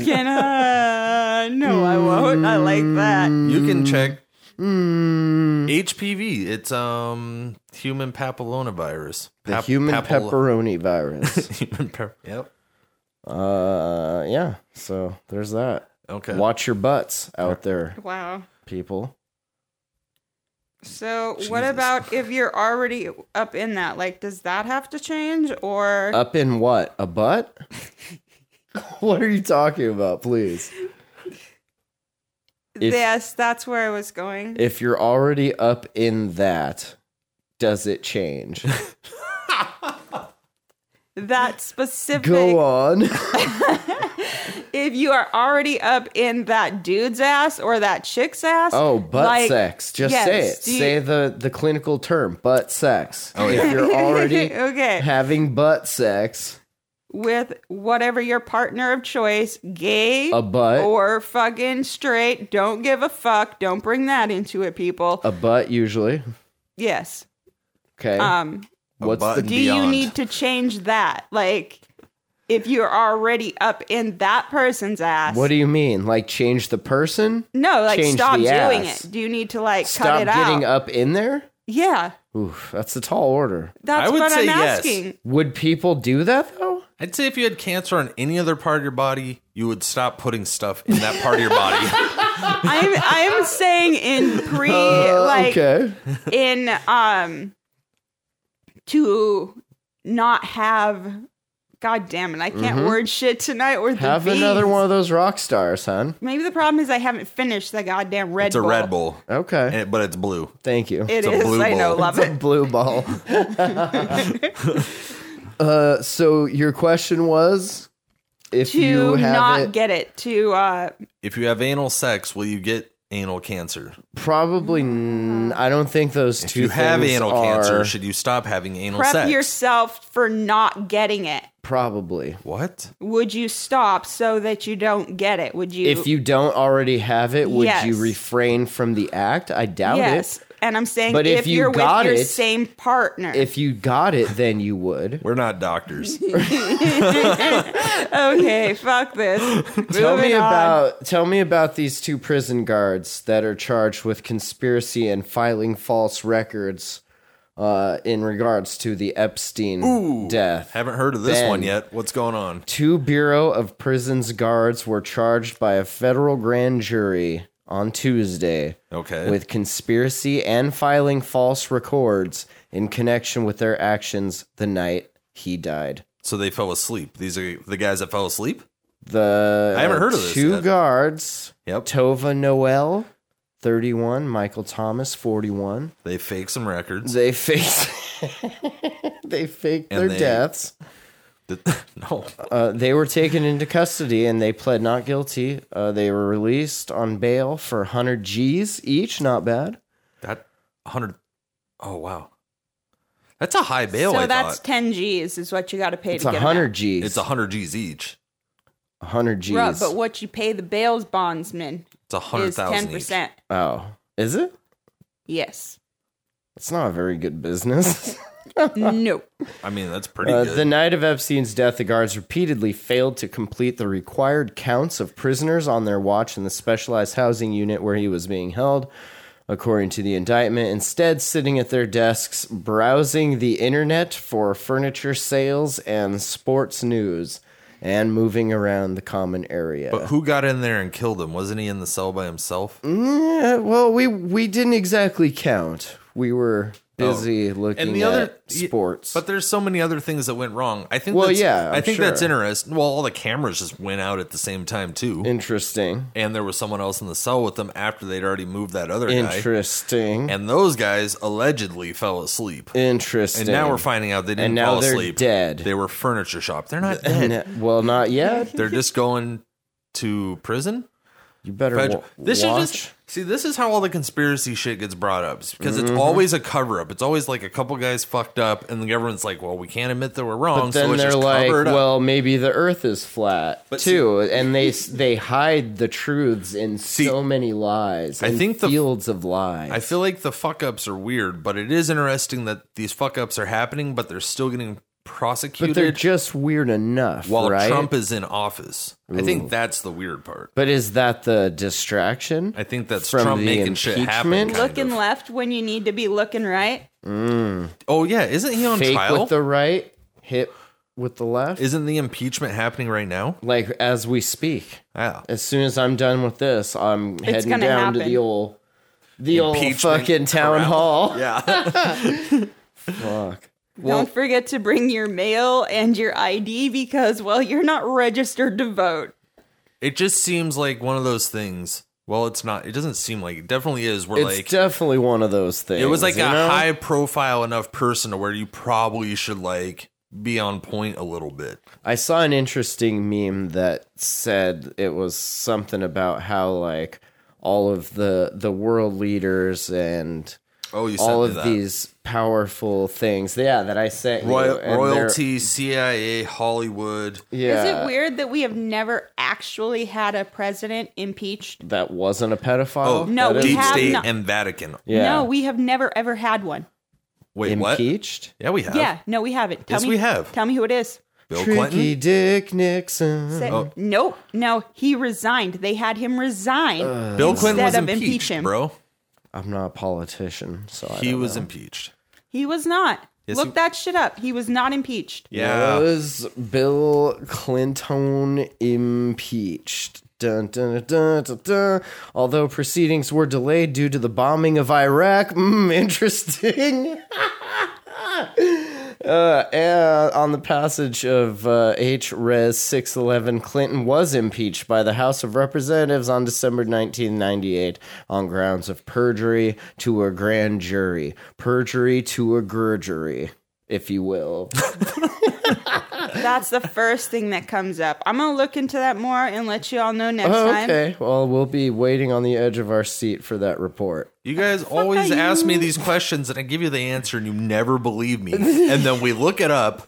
Speaker 1: can. Uh, no, I won't. I like
Speaker 2: Mm.
Speaker 1: that.
Speaker 6: You can check.
Speaker 2: Hmm,
Speaker 6: HPV. It's um human papillomavirus.
Speaker 2: The
Speaker 6: Pap-
Speaker 2: human
Speaker 6: papillo-
Speaker 2: pepperoni virus.
Speaker 6: human pep- Yep.
Speaker 2: uh, yeah. So there's that.
Speaker 6: Okay.
Speaker 2: Watch your butts out there,
Speaker 1: Wow.
Speaker 2: people.
Speaker 1: So, what about if you're already up in that? Like, does that have to change, or
Speaker 2: Up in what? A butt? what are you talking about, please? if-
Speaker 1: yes, that's where I was going.
Speaker 2: If you're already up in that, does it change?
Speaker 1: that specific.
Speaker 2: Go on.
Speaker 1: If you are already up in that dude's ass or that chick's ass.
Speaker 2: Oh, butt
Speaker 1: like-
Speaker 2: sex. Just
Speaker 1: yes,
Speaker 2: say it.
Speaker 1: do you-
Speaker 2: say the, the clinical term, butt sex.
Speaker 6: Oh, yeah.
Speaker 2: If you're already
Speaker 1: Okay.
Speaker 2: having butt sex,
Speaker 1: with whatever your partner of choice, gay
Speaker 2: A butt.
Speaker 1: or fucking straight. Don't give a fuck. Don't bring that into it, people.
Speaker 2: a butt usually.
Speaker 1: yes.
Speaker 2: Okay.
Speaker 1: Um,
Speaker 2: What's
Speaker 6: butt
Speaker 2: the
Speaker 6: and
Speaker 1: do
Speaker 6: Beyond.
Speaker 1: you need to change that? Like, if you're already up in that person's ass,
Speaker 2: What do you mean? Like change the person?
Speaker 1: no, like
Speaker 2: change
Speaker 1: stop
Speaker 2: the
Speaker 1: doing
Speaker 2: ass?
Speaker 1: it. Do you need to like cut
Speaker 2: Stop
Speaker 1: it
Speaker 2: getting
Speaker 1: out?
Speaker 2: up in there?
Speaker 1: Yeah,
Speaker 2: Oof, that's a tall order.
Speaker 1: that's
Speaker 6: I would
Speaker 1: what
Speaker 6: say
Speaker 1: I'm
Speaker 6: yes.
Speaker 1: asking.
Speaker 2: Would people do that though?
Speaker 6: I'd say if you had cancer on any other part of your body, you would stop putting stuff in that part of your body.
Speaker 1: I'm I'm saying in pre
Speaker 2: Uh,
Speaker 1: like
Speaker 2: okay.
Speaker 1: in um to not have god damn it i can't word shit tonight or the
Speaker 2: Mm-hmm. Have
Speaker 1: beans.
Speaker 2: another one of those rock stars, hon.
Speaker 1: maybe the problem is i haven't finished the goddamn red
Speaker 6: it's a
Speaker 1: Bull.
Speaker 6: Red Bull,
Speaker 2: Okay.
Speaker 6: and- but it's blue.
Speaker 2: Thank you.
Speaker 1: It
Speaker 6: a
Speaker 1: is.
Speaker 6: blue
Speaker 1: i know
Speaker 6: Bull.
Speaker 1: love
Speaker 2: It's a
Speaker 1: it
Speaker 2: blue ball. uh, so your question was if you
Speaker 1: to
Speaker 2: have
Speaker 1: not
Speaker 2: it,
Speaker 1: get it to uh
Speaker 6: If you have anal sex, will you get anal cancer?
Speaker 2: probably. N-
Speaker 1: Mm-hmm.
Speaker 2: I don't think those
Speaker 6: If
Speaker 2: two
Speaker 6: you have
Speaker 2: things
Speaker 6: anal
Speaker 2: are
Speaker 6: cancer, should you stop having anal
Speaker 1: prep
Speaker 6: sex?
Speaker 1: yourself for not getting it
Speaker 2: probably.
Speaker 6: what?
Speaker 1: would you stop so that you don't get it would you
Speaker 2: If you don't already have it, would
Speaker 1: Yes.
Speaker 2: you refrain from the act? I doubt
Speaker 1: yes and i'm saying
Speaker 2: But if
Speaker 1: if,
Speaker 2: you
Speaker 1: you're with
Speaker 2: got
Speaker 1: your
Speaker 2: it-
Speaker 1: same partner
Speaker 2: it. If you got it, then you would.
Speaker 6: We're not doctors.
Speaker 1: okay fuck this
Speaker 2: Tell me
Speaker 1: Moving on.
Speaker 2: about tell me about these two prison guards that are charged with conspiracy and filing false records uh, in regards to the Epstein death.
Speaker 6: Haven't heard of this
Speaker 2: Ben.
Speaker 6: one yet. What's going on?
Speaker 2: Two Bureau of Prisons guards were charged by a federal grand jury on Tuesday
Speaker 6: Okay.
Speaker 2: with conspiracy and filing false records in connection with their actions the night he died.
Speaker 6: so they fell asleep. These are the guys that fell asleep.
Speaker 2: The
Speaker 6: I haven't heard of
Speaker 2: uh,
Speaker 6: this
Speaker 2: Two
Speaker 6: yet.
Speaker 2: guards.
Speaker 6: Yep.
Speaker 2: Tova Noel, thirty-one. Michael Thomas, forty-one.
Speaker 6: They fake some records.
Speaker 2: They faked. they faked
Speaker 6: And
Speaker 2: their
Speaker 6: they-
Speaker 2: deaths.
Speaker 6: no.
Speaker 2: Uh, they were taken into custody and they pled not guilty. Uh, they were released on bail for hundred G's each. Not bad.
Speaker 6: That 100 Oh wow. That's a high bail,
Speaker 1: so
Speaker 6: I
Speaker 1: that's
Speaker 6: thought.
Speaker 1: 10 G's is what you got to pay
Speaker 2: It's
Speaker 1: to
Speaker 2: a
Speaker 1: get 'em
Speaker 2: hundred G's.
Speaker 6: It's 100 G's each.
Speaker 2: a hundred G's.
Speaker 1: out. Right, but what you pay the bail's bondsman
Speaker 6: It's a
Speaker 1: is
Speaker 6: 100,000 each.
Speaker 1: 10%.
Speaker 2: oh, is it?
Speaker 1: Yes.
Speaker 2: It's not a very good business.
Speaker 1: No.
Speaker 6: I mean, that's pretty
Speaker 2: Uh,
Speaker 6: good.
Speaker 2: the night of Epstein's death, the guards repeatedly failed to complete the required counts of prisoners on their watch in the specialized housing unit where he was being held, according to the indictment. Instead, sitting at their desks, browsing the internet for furniture sales and sports news, and moving around the common area.
Speaker 6: but who got in there and killed him? Wasn't he in the cell by himself?
Speaker 2: Mm-hmm. Yeah, Uh, well, we we didn't exactly count. We were busy looking
Speaker 6: Oh. and the
Speaker 2: at
Speaker 6: other
Speaker 2: sports.
Speaker 6: But there's so many other things that went wrong. I think.
Speaker 2: Well,
Speaker 6: that's,
Speaker 2: yeah,
Speaker 6: i
Speaker 2: I'm
Speaker 6: think that's
Speaker 2: sure.
Speaker 6: interesting. Well, all the cameras just went out at the same time too,
Speaker 2: interesting,
Speaker 6: and there was someone else in the cell with them after they'd already moved that other guy.
Speaker 2: interesting,
Speaker 6: And those guys allegedly fell asleep.
Speaker 2: interesting.
Speaker 6: And now we're finding out they didn't
Speaker 2: And now
Speaker 6: fall
Speaker 2: they're
Speaker 6: asleep.
Speaker 2: dead.
Speaker 6: They were furniture shop. They're not dead.
Speaker 2: And, well, not yet.
Speaker 6: They're just going to prison.
Speaker 2: You better
Speaker 6: Fed-
Speaker 2: wa-
Speaker 6: this
Speaker 2: watch.
Speaker 6: is just see. This is how all the conspiracy shit gets brought up it's because
Speaker 2: Mm-hmm.
Speaker 6: it's always a cover up. It's always like a couple guys fucked up, and the government's like, "Well, we can't admit that we're wrong."
Speaker 2: but then
Speaker 6: so it's
Speaker 2: they're
Speaker 6: just
Speaker 2: like,
Speaker 6: covered up.
Speaker 2: well, maybe the Earth is flat
Speaker 6: But
Speaker 2: too, and they s- they hide the truths in
Speaker 6: See,
Speaker 2: so many lies.
Speaker 6: I
Speaker 2: and
Speaker 6: think the-
Speaker 2: fields of lies.
Speaker 6: I feel like the fuck ups are weird, but it is interesting that these fuck ups are happening, but they're still getting
Speaker 2: but they're
Speaker 6: prosecuted
Speaker 2: just weird enough,
Speaker 6: while
Speaker 2: right?
Speaker 6: Trump is in office. I think that's the weird part.
Speaker 2: but is that the distraction?
Speaker 6: I think that's
Speaker 2: From
Speaker 6: Trump
Speaker 2: the
Speaker 6: making shit happen.
Speaker 2: impeachment?
Speaker 6: kind
Speaker 1: Looking
Speaker 6: of.
Speaker 1: left when you need to be looking right.
Speaker 6: oh yeah, isn't he on
Speaker 2: Fake
Speaker 6: trial?
Speaker 2: with the right, hit with the left.
Speaker 6: isn't the impeachment happening right now?
Speaker 2: like as we speak.
Speaker 6: Yeah.
Speaker 2: As soon as I'm done with this, I'm heading
Speaker 1: gonna
Speaker 2: down to
Speaker 1: happen.
Speaker 2: the old, the old
Speaker 6: Impeachment
Speaker 2: fucking town
Speaker 6: corral.
Speaker 2: hall.
Speaker 6: Yeah.
Speaker 2: Fuck.
Speaker 1: Don't forget to bring your mail and your ID because, well, you're not registered to vote.
Speaker 6: it just seems like one of those things. Well, it's not. It doesn't seem like it. Definitely is. We're
Speaker 2: It's
Speaker 6: like
Speaker 2: definitely one of those things.
Speaker 6: it was like a
Speaker 2: you know?
Speaker 6: high profile enough person to where you probably should like be on point a little bit.
Speaker 2: I saw an interesting meme that said it was something about how like all of the the world leaders and
Speaker 6: Oh, you
Speaker 2: all
Speaker 6: sent me
Speaker 2: of
Speaker 6: that.
Speaker 2: these powerful things. Yeah, that I sent you,
Speaker 6: Roy-
Speaker 2: and they're-
Speaker 6: royalty, CIA, Hollywood.
Speaker 2: Yeah.
Speaker 1: Is it weird that we have never actually had a president impeached?
Speaker 2: That wasn't a pedophile.
Speaker 6: Oh,
Speaker 1: No,
Speaker 2: That
Speaker 1: we
Speaker 2: is-
Speaker 6: deep
Speaker 1: have
Speaker 6: state
Speaker 1: not-
Speaker 6: and Vatican.
Speaker 2: Yeah.
Speaker 1: No, we have never ever had one.
Speaker 6: Wait, what?
Speaker 2: impeached.
Speaker 6: Yeah, we have.
Speaker 1: Yeah, no, we haven't. Tell
Speaker 6: Yes,
Speaker 1: me,
Speaker 6: we have.
Speaker 1: Tell me who it is.
Speaker 6: Bill
Speaker 2: Tricky
Speaker 6: Clinton.
Speaker 2: Dick Nixon.
Speaker 1: Say,
Speaker 6: Oh.
Speaker 1: Nope. No, he resigned. They had him resign.
Speaker 6: Bill Clinton was
Speaker 1: instead of
Speaker 6: impeached,
Speaker 1: impeach him.
Speaker 6: bro.
Speaker 2: I'm not a politician, so I
Speaker 6: He
Speaker 2: don't
Speaker 6: was
Speaker 2: know.
Speaker 6: impeached.
Speaker 1: he was not.
Speaker 6: Yes,
Speaker 1: Look
Speaker 6: he-
Speaker 1: that shit up. He was not impeached.
Speaker 6: Yeah.
Speaker 2: Was Bill Clinton impeached? Dun, dun, dun, dun, dun. Although proceedings were delayed due to the bombing of Iraq. Mm, interesting. uh, and on the passage of uh, H. Res. 611, Clinton was impeached by the House of Representatives on December 1998 on grounds of perjury to a grand jury. Perjury to a grudgery, if you will.
Speaker 1: That's the first thing that comes up. I'm gonna look into that more and let you all know next
Speaker 2: Oh,
Speaker 1: time.
Speaker 2: okay. Well, we'll be waiting on the edge of our seat for that report.
Speaker 6: You guys always
Speaker 1: are
Speaker 6: ask me
Speaker 1: you?
Speaker 6: these questions and I give you the answer and you never believe me. and then we look it up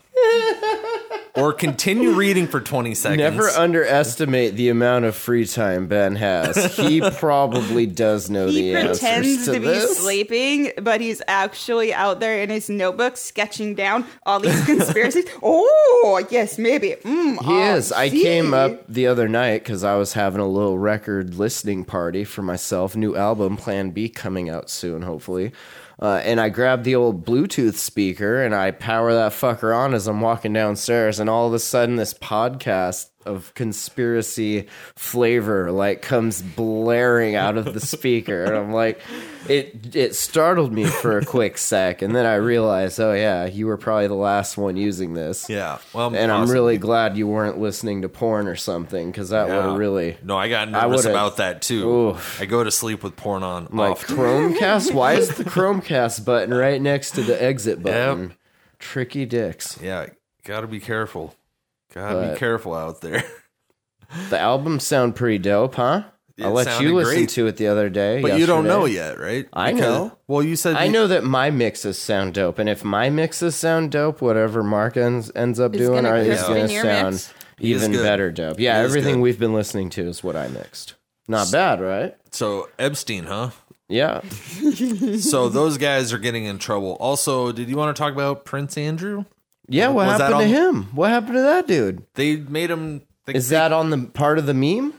Speaker 6: or continue reading for 20 seconds.
Speaker 2: Never underestimate the amount of free time Ben has. He probably does know
Speaker 1: He
Speaker 2: the
Speaker 1: pretends
Speaker 2: answers to,
Speaker 1: to, be
Speaker 2: this.
Speaker 1: sleeping, but he's actually out there in his notebook sketching down all these conspiracies. oh, yes, maybe. Mm,
Speaker 2: He is. I
Speaker 1: see.
Speaker 2: came up the other night because I was having a little record listening party for myself. New album Plan B coming out soon, hopefully. Uh, and I grabbed the old Bluetooth speaker and I power that fucker on as I'm walking downstairs. And all of a sudden, this podcast of conspiracy flavor like comes blaring out of the speaker and i'm like it it startled me for a quick sec and then i realized oh yeah you were probably the last one using this
Speaker 6: Yeah. Well,
Speaker 2: and I'm
Speaker 6: possibly.
Speaker 2: really glad you weren't listening to porn or something because that would
Speaker 6: Yeah.
Speaker 2: have really
Speaker 6: No, I got nervous
Speaker 2: would've-
Speaker 6: about that too.
Speaker 2: Oof.
Speaker 6: I go to sleep with porn on
Speaker 2: like
Speaker 6: often.
Speaker 2: Chromecast. Why is the Chromecast button right next to the exit
Speaker 6: Yep.
Speaker 2: button? Tricky dicks.
Speaker 6: Yeah, gotta be careful. Gotta be
Speaker 2: But-
Speaker 6: careful out there.
Speaker 2: The albums sound pretty dope, huh? I
Speaker 6: It
Speaker 2: let
Speaker 6: sounded
Speaker 2: you listen
Speaker 6: great.
Speaker 2: to it the other day.
Speaker 6: But you don't
Speaker 2: yesterday.
Speaker 6: know yet, right?
Speaker 2: I know.
Speaker 6: Well, you said
Speaker 2: I
Speaker 6: you-
Speaker 2: know that my mixes sound dope, and if my mixes sound dope, whatever Mark ends, ends up
Speaker 1: It's
Speaker 2: doing
Speaker 1: gonna
Speaker 2: are, is
Speaker 1: crisp
Speaker 2: going
Speaker 1: in
Speaker 2: to
Speaker 1: your
Speaker 2: sound
Speaker 1: mix.
Speaker 6: is
Speaker 2: even
Speaker 6: good.
Speaker 2: better dope. Yeah,
Speaker 6: He is
Speaker 2: everything
Speaker 6: good.
Speaker 2: we've been listening to is what I mixed. Not bad, right?
Speaker 6: So Epstein, huh?
Speaker 2: Yeah.
Speaker 6: So those guys are getting in trouble. Also, did you want to talk about Prince Andrew?
Speaker 2: Yeah, what
Speaker 6: Was that
Speaker 2: happened to
Speaker 6: on-
Speaker 2: him? What happened to that dude?
Speaker 6: They made him. They,
Speaker 2: Is that on the part of the meme?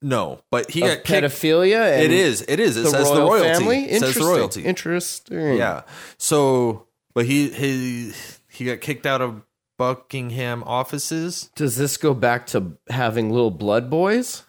Speaker 6: no? But he
Speaker 2: Of
Speaker 6: got kicked.
Speaker 2: pedophilia? And
Speaker 6: It is. It is. It says the royalty. It says
Speaker 2: Interesting.
Speaker 6: the royalty.
Speaker 2: Interesting.
Speaker 6: Yeah. So, but he he he got kicked out of Buckingham offices.
Speaker 2: Does this go back to having little blood boys?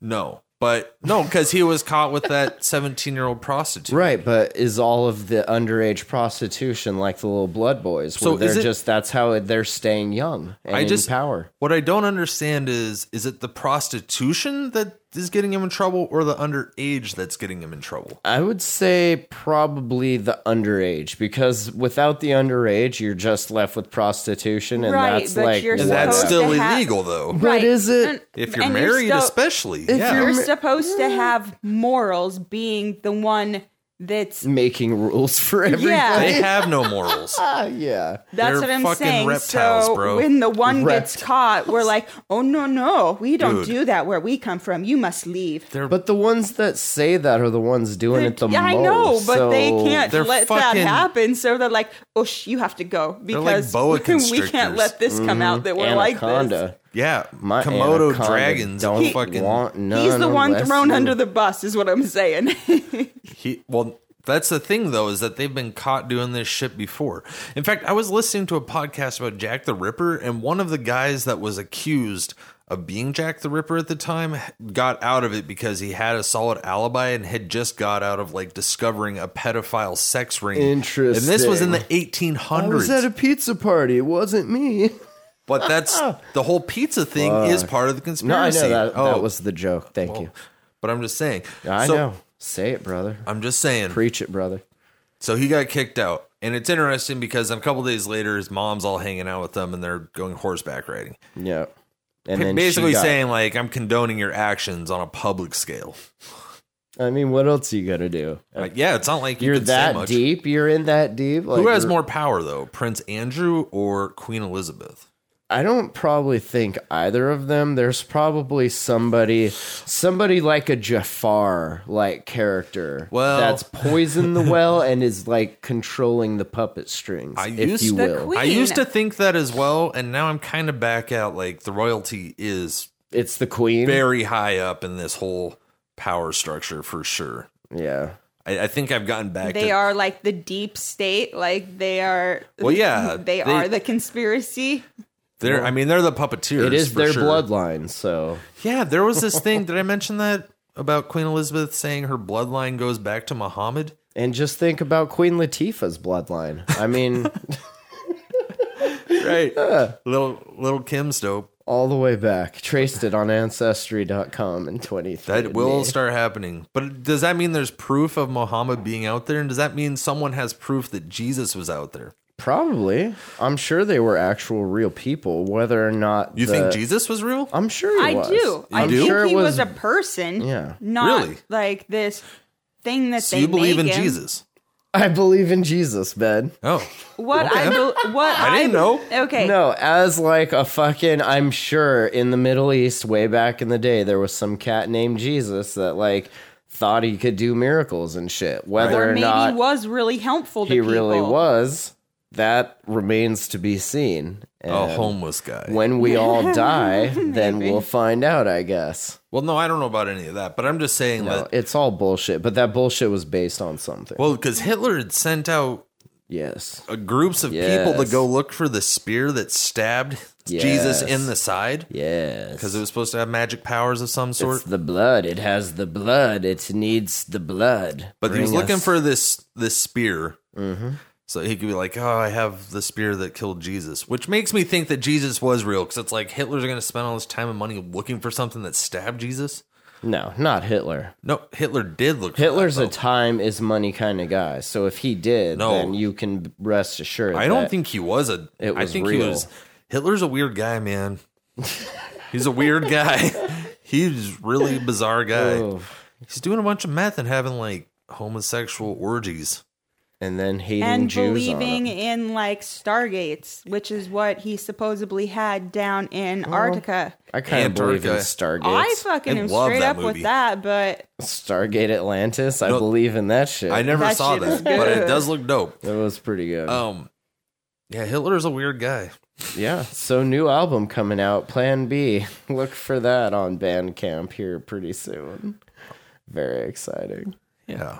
Speaker 6: No, but no, because he was caught with that seventeen-year-old prostitute.
Speaker 2: Right, but is all of the underage prostitution like the little blood boys?
Speaker 6: So
Speaker 2: Where they're
Speaker 6: is it-
Speaker 2: just that's how they're staying young and
Speaker 6: I
Speaker 2: in
Speaker 6: just-
Speaker 2: power.
Speaker 6: What I don't understand is is it the prostitution that is getting him in trouble or the underage that's getting him in trouble?
Speaker 2: I would say probably the underage because without the underage, you're just left with prostitution, and
Speaker 1: Right,
Speaker 2: that's
Speaker 1: but
Speaker 2: like
Speaker 1: you're
Speaker 2: what?
Speaker 6: And that's
Speaker 1: Supposed
Speaker 6: still
Speaker 1: to have-
Speaker 6: illegal though.
Speaker 2: But is it-
Speaker 6: If you're
Speaker 1: and
Speaker 6: married
Speaker 1: still-
Speaker 6: especially. yeah.
Speaker 1: you're supposed to have morals, being the one that's.
Speaker 2: making rules for everything.
Speaker 6: they
Speaker 1: Yeah.
Speaker 6: have no morals.
Speaker 2: Ah, yeah.
Speaker 1: That's
Speaker 6: They're
Speaker 1: what I'm
Speaker 6: fucking
Speaker 1: saying.
Speaker 6: reptiles,
Speaker 1: so
Speaker 6: bro.
Speaker 1: when the one gets
Speaker 2: Reptiles.
Speaker 1: caught, we're like, "Oh no, no, we don't
Speaker 6: Dude.
Speaker 1: do that where we come from. You must leave."
Speaker 6: They're
Speaker 2: But the ones that say that are the ones doing it the
Speaker 1: Yeah, I
Speaker 2: most.
Speaker 1: know, but they
Speaker 2: so-
Speaker 1: can't
Speaker 6: They're
Speaker 1: let
Speaker 6: fucking-
Speaker 1: that happen. So they're like, "Oh, sh- you have to go
Speaker 6: like
Speaker 1: because
Speaker 6: boa
Speaker 1: we can't
Speaker 6: constrictors.
Speaker 1: let this come out that we're like this."
Speaker 2: Anaconda.
Speaker 6: yeah,
Speaker 2: My
Speaker 6: Komodo
Speaker 2: anaconda
Speaker 6: dragons
Speaker 2: don't
Speaker 6: don't fucking
Speaker 2: want none
Speaker 1: He's the one
Speaker 2: unless
Speaker 1: thrown
Speaker 2: you-
Speaker 1: under the bus, is what I'm saying.
Speaker 6: He well, that's the thing though is that they've been caught doing this shit before. In fact, I was listening to a podcast about Jack the Ripper, and one of the guys that was accused of being Jack the Ripper at the time got out of it because he had a solid alibi and had just got out of like discovering a pedophile sex ring. And this was in the
Speaker 2: Interesting. I
Speaker 6: 1800s.
Speaker 2: was at a pizza party. It wasn't me.
Speaker 6: but that's the whole pizza thing is part of the
Speaker 2: No, I
Speaker 6: conspiracy. Oh,
Speaker 2: know that. That was the joke. Thank you.
Speaker 6: But I'm just saying.
Speaker 2: I
Speaker 6: Oh. So, Uh,
Speaker 2: know. Say it, brother.
Speaker 6: I'm just saying.
Speaker 2: Preach it, brother.
Speaker 6: So he got kicked out. And it's interesting because a couple days later, his mom's all hanging out with them and they're going horseback riding.
Speaker 2: Yeah. And then she
Speaker 6: Basically
Speaker 2: got-
Speaker 6: saying, like, I'm condoning your actions on a public scale.
Speaker 2: I mean, what else you gonna do?
Speaker 6: Like, yeah, it's not like you
Speaker 2: You're
Speaker 6: can say
Speaker 2: that
Speaker 6: much.
Speaker 2: deep. You're in that deep. Like,
Speaker 6: Who has
Speaker 2: you're-
Speaker 6: more power, though, Prince Andrew or Queen Elizabeth?
Speaker 2: I don't probably think either of them. There's probably somebody, somebody like a Jafar like character
Speaker 6: Well-
Speaker 2: that's poisoned the well and is like controlling the puppet strings,
Speaker 6: I
Speaker 2: if
Speaker 6: used
Speaker 2: you
Speaker 6: to-
Speaker 2: will.
Speaker 1: Queen.
Speaker 6: I used to think that as well. And now I'm kind of back at, like, the royalty is
Speaker 2: It's the queen.
Speaker 6: very high up in this whole power structure for sure.
Speaker 2: yeah.
Speaker 6: I, I think I've gotten back
Speaker 1: they
Speaker 6: to
Speaker 1: are like the deep state, like they are.
Speaker 6: Well, yeah,
Speaker 1: they,
Speaker 6: they-
Speaker 1: are the conspiracy.
Speaker 6: they're I mean they're the puppeteers.
Speaker 2: It is
Speaker 6: for
Speaker 2: their
Speaker 6: sure.
Speaker 2: bloodline, so
Speaker 6: Yeah, there was this thing. Did I mention that about Queen Elizabeth saying her bloodline goes back to Muhammad?
Speaker 2: and just think about Queen Latifah's bloodline. I mean,
Speaker 6: Right. Little little Kim's dope.
Speaker 2: all the way back. Traced it on ancestry.com in 23.
Speaker 6: That will start happening. But does that mean there's proof of Muhammad being out there? And does that mean someone has proof that Jesus was out there?
Speaker 2: Probably. I'm sure they were actual real people whether or not
Speaker 6: You
Speaker 2: the-
Speaker 6: think Jesus was real?
Speaker 2: I'm sure he
Speaker 1: I
Speaker 2: was.
Speaker 1: do. I
Speaker 2: I'm
Speaker 1: think
Speaker 2: sure
Speaker 1: he
Speaker 2: it
Speaker 1: was,
Speaker 2: was
Speaker 1: a person.
Speaker 2: Yeah.
Speaker 1: not
Speaker 6: Really?
Speaker 1: like this thing that
Speaker 6: so
Speaker 1: they
Speaker 6: you believe
Speaker 1: make
Speaker 6: in
Speaker 1: him.
Speaker 6: Jesus?
Speaker 2: I believe in Jesus, Ben.
Speaker 6: Oh.
Speaker 1: What I bel what
Speaker 6: I didn't know.
Speaker 1: Okay,
Speaker 2: No, as like a fucking, I'm sure in the Middle East way back in the day, there was some cat named Jesus that like thought he could do miracles and shit. Whether
Speaker 1: or
Speaker 2: or
Speaker 1: maybe
Speaker 2: not
Speaker 1: was really helpful to
Speaker 2: he
Speaker 1: people.
Speaker 2: really was, that remains to be seen. And
Speaker 6: A homeless guy.
Speaker 2: when we all die, then we'll find out, I guess.
Speaker 6: well, no, I don't know about any of that, but I'm just saying
Speaker 2: No,
Speaker 6: that.
Speaker 2: it's all bullshit, but that bullshit was based on something.
Speaker 6: Well, because Hitler had sent out
Speaker 2: yes.
Speaker 6: uh, groups of people
Speaker 2: Yes.
Speaker 6: to go look for the spear that stabbed Jesus
Speaker 2: Yes.
Speaker 6: in the side.
Speaker 2: Yes.
Speaker 6: because it was supposed to have magic powers of some sort.
Speaker 2: It's the blood. It has the blood. It needs the blood.
Speaker 6: but he was
Speaker 2: Bring
Speaker 6: looking
Speaker 2: us-
Speaker 6: for this this spear,
Speaker 2: Mm-hmm.
Speaker 6: so he could be like, "Oh, I have the spear that killed Jesus," which makes me think that Jesus was real because it's like Hitler's going to spend all this time and money looking for something that stabbed Jesus.
Speaker 2: No, not Hitler.
Speaker 6: No, Hitler did look. for
Speaker 2: Hitler's
Speaker 6: that,
Speaker 2: a
Speaker 6: though.
Speaker 2: time is money kind of guy. So if he did,
Speaker 6: Oh. No.
Speaker 2: then you can rest assured.
Speaker 6: I don't
Speaker 2: that-
Speaker 6: think he was a.
Speaker 2: It
Speaker 6: I
Speaker 2: was
Speaker 6: think he
Speaker 2: real.
Speaker 6: was. Hitler's a weird guy, man. He's a weird guy. He's really bizarre guy.
Speaker 2: Oh,
Speaker 6: He's doing a bunch of meth and having like homosexual orgies.
Speaker 2: and then hating
Speaker 1: and
Speaker 2: Jews
Speaker 1: believing
Speaker 2: on 'em.
Speaker 1: in like stargates, which is what he supposedly had down in Antarctica.
Speaker 2: I kind of believe in Stargates.
Speaker 6: Antarctica.
Speaker 1: I fucking
Speaker 6: Oh. I
Speaker 1: am
Speaker 6: love
Speaker 1: straight
Speaker 6: that
Speaker 1: up
Speaker 6: movie.
Speaker 1: with that, but
Speaker 2: Stargate Atlantis. I
Speaker 6: No.
Speaker 2: believe in that shit.
Speaker 6: I never
Speaker 1: That
Speaker 6: saw
Speaker 1: shit is
Speaker 6: that, but it
Speaker 1: good.
Speaker 6: does look dope.
Speaker 2: That was pretty good.
Speaker 6: Um, yeah, Hitler's a weird guy.
Speaker 2: Yeah. So new album coming out, Plan B. Look for that on Bandcamp here pretty soon. Very exciting. Uh,
Speaker 6: Yeah.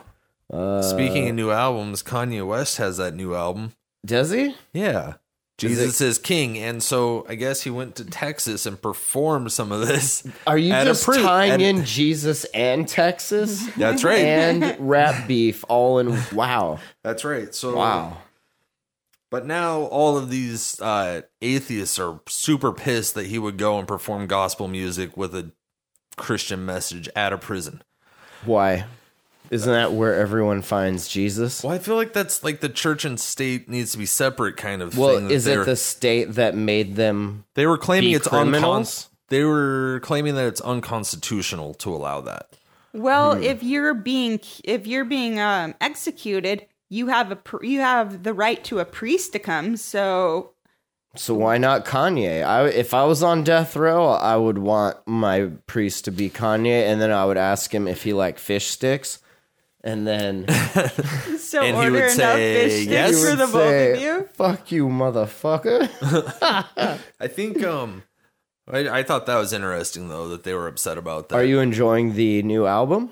Speaker 6: Speaking of new albums, Kanye West has that new album.
Speaker 2: Does he?
Speaker 6: Yeah. Jesus is king, and so I guess he went to Texas and performed some of this.
Speaker 2: Are you
Speaker 6: at a
Speaker 2: just
Speaker 6: pre-
Speaker 2: tying
Speaker 6: at-
Speaker 2: in Jesus and Texas?
Speaker 6: That's right.
Speaker 2: and rap beef all in wow.
Speaker 6: That's right. So
Speaker 2: Wow.
Speaker 6: But now all of these uh, atheists are super pissed that he would go and perform gospel music with a Christian message at a prison.
Speaker 2: Why? Isn't that where everyone finds Jesus?
Speaker 6: Well, I feel like that's like the church and state needs to be separate kind of thing.
Speaker 2: Well,
Speaker 6: that
Speaker 2: is
Speaker 6: they
Speaker 2: it
Speaker 6: were-
Speaker 2: the state that made them
Speaker 6: they were claiming
Speaker 2: be
Speaker 6: it's
Speaker 2: criminals?
Speaker 6: uncons- They were claiming that it's unconstitutional to allow that.
Speaker 1: well,
Speaker 6: Hmm.
Speaker 1: if you're being if you're being um, executed, you have a pr- you have the right to a priest to come. So
Speaker 2: So why not Kanye? I if I was on death row, I would want my priest to be Kanye, and then I would ask him if he liked fish sticks, and then
Speaker 1: so
Speaker 6: And he
Speaker 1: order
Speaker 6: would
Speaker 1: enough
Speaker 6: say
Speaker 1: fish sticks
Speaker 6: yes.
Speaker 2: he
Speaker 1: for
Speaker 2: would
Speaker 1: the both of
Speaker 2: say,
Speaker 1: you.
Speaker 2: "Fuck you, motherfucker."
Speaker 6: I think um I, I thought that was interesting though that they were upset about that.
Speaker 2: Are you enjoying the new album?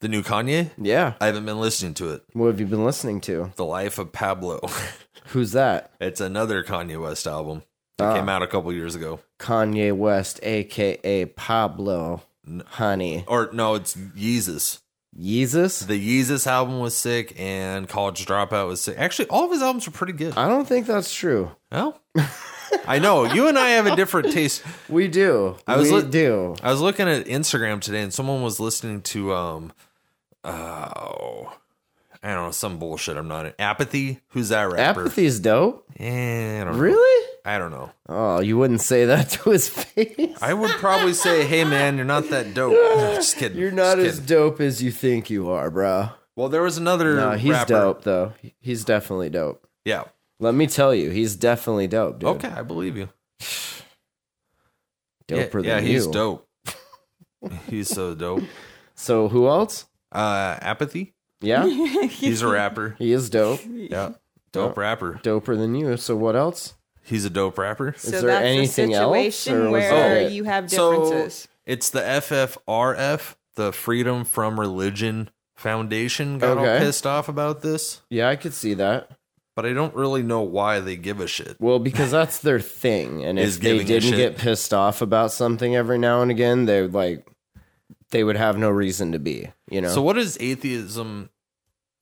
Speaker 6: the new Kanye?
Speaker 2: Yeah.
Speaker 6: I haven't been listening to it.
Speaker 2: What have you been listening to?
Speaker 6: The Life of Pablo.
Speaker 2: Who's that?
Speaker 6: it's another Kanye West album. It
Speaker 2: Ah.
Speaker 6: came out a couple years ago.
Speaker 2: Kanye West, aka Pablo. Honey,
Speaker 6: Or no, it's Yeezus.
Speaker 2: Jesus.
Speaker 6: The Yeezus album was sick and College Dropout was sick. Actually, all of his albums are pretty good.
Speaker 2: I don't think that's true.
Speaker 6: Well, Oh. I know. You and I have a different taste.
Speaker 2: We do.
Speaker 6: I was
Speaker 2: we
Speaker 6: li-
Speaker 2: do.
Speaker 6: I was looking at Instagram today, and someone was listening to um, oh, I don't know, some bullshit. I'm not in. apathy. Who's that rapper?
Speaker 2: Apathy's dope.
Speaker 6: Eh, I don't know.
Speaker 2: Really?
Speaker 6: I don't know.
Speaker 2: Oh, you wouldn't say that to his face.
Speaker 6: I would probably say, "Hey, man, you're not that dope." No, just kidding.
Speaker 2: You're not
Speaker 6: Just
Speaker 2: as
Speaker 6: kidding.
Speaker 2: dope as you think you are, bro.
Speaker 6: well. There was another.
Speaker 2: No, he's
Speaker 6: rapper.
Speaker 2: dope though. He's definitely dope.
Speaker 6: Yeah.
Speaker 2: Let me tell you, he's definitely dope, dude.
Speaker 6: Okay, I believe you. Yeah,
Speaker 2: doper
Speaker 6: yeah,
Speaker 2: than
Speaker 6: he's
Speaker 2: you.
Speaker 6: dope. he's so dope.
Speaker 2: So who else?
Speaker 6: Uh, apathy.
Speaker 2: Yeah,
Speaker 6: He's a rapper.
Speaker 2: he is dope.
Speaker 6: Yeah, dope rapper.
Speaker 2: Doper than you. So what else?
Speaker 6: He's a dope rapper.
Speaker 1: So
Speaker 2: there
Speaker 1: that's
Speaker 2: anything
Speaker 1: a
Speaker 2: else,
Speaker 1: situation
Speaker 2: or was
Speaker 1: where
Speaker 2: that it?
Speaker 1: you have
Speaker 6: Oh, So
Speaker 1: differences.
Speaker 6: it's the FFRF, the Freedom from Religion Foundation, got all
Speaker 2: Okay.
Speaker 6: pissed off about this,
Speaker 2: Yeah, I could see that.
Speaker 6: but I don't really know why they give a shit.
Speaker 2: Well, because that's their thing, and
Speaker 6: Is
Speaker 2: if they
Speaker 6: giving a
Speaker 2: didn't
Speaker 6: shit.
Speaker 2: get pissed off about something every now and again, they would like they would have no reason to be. You know.
Speaker 6: So what is atheism?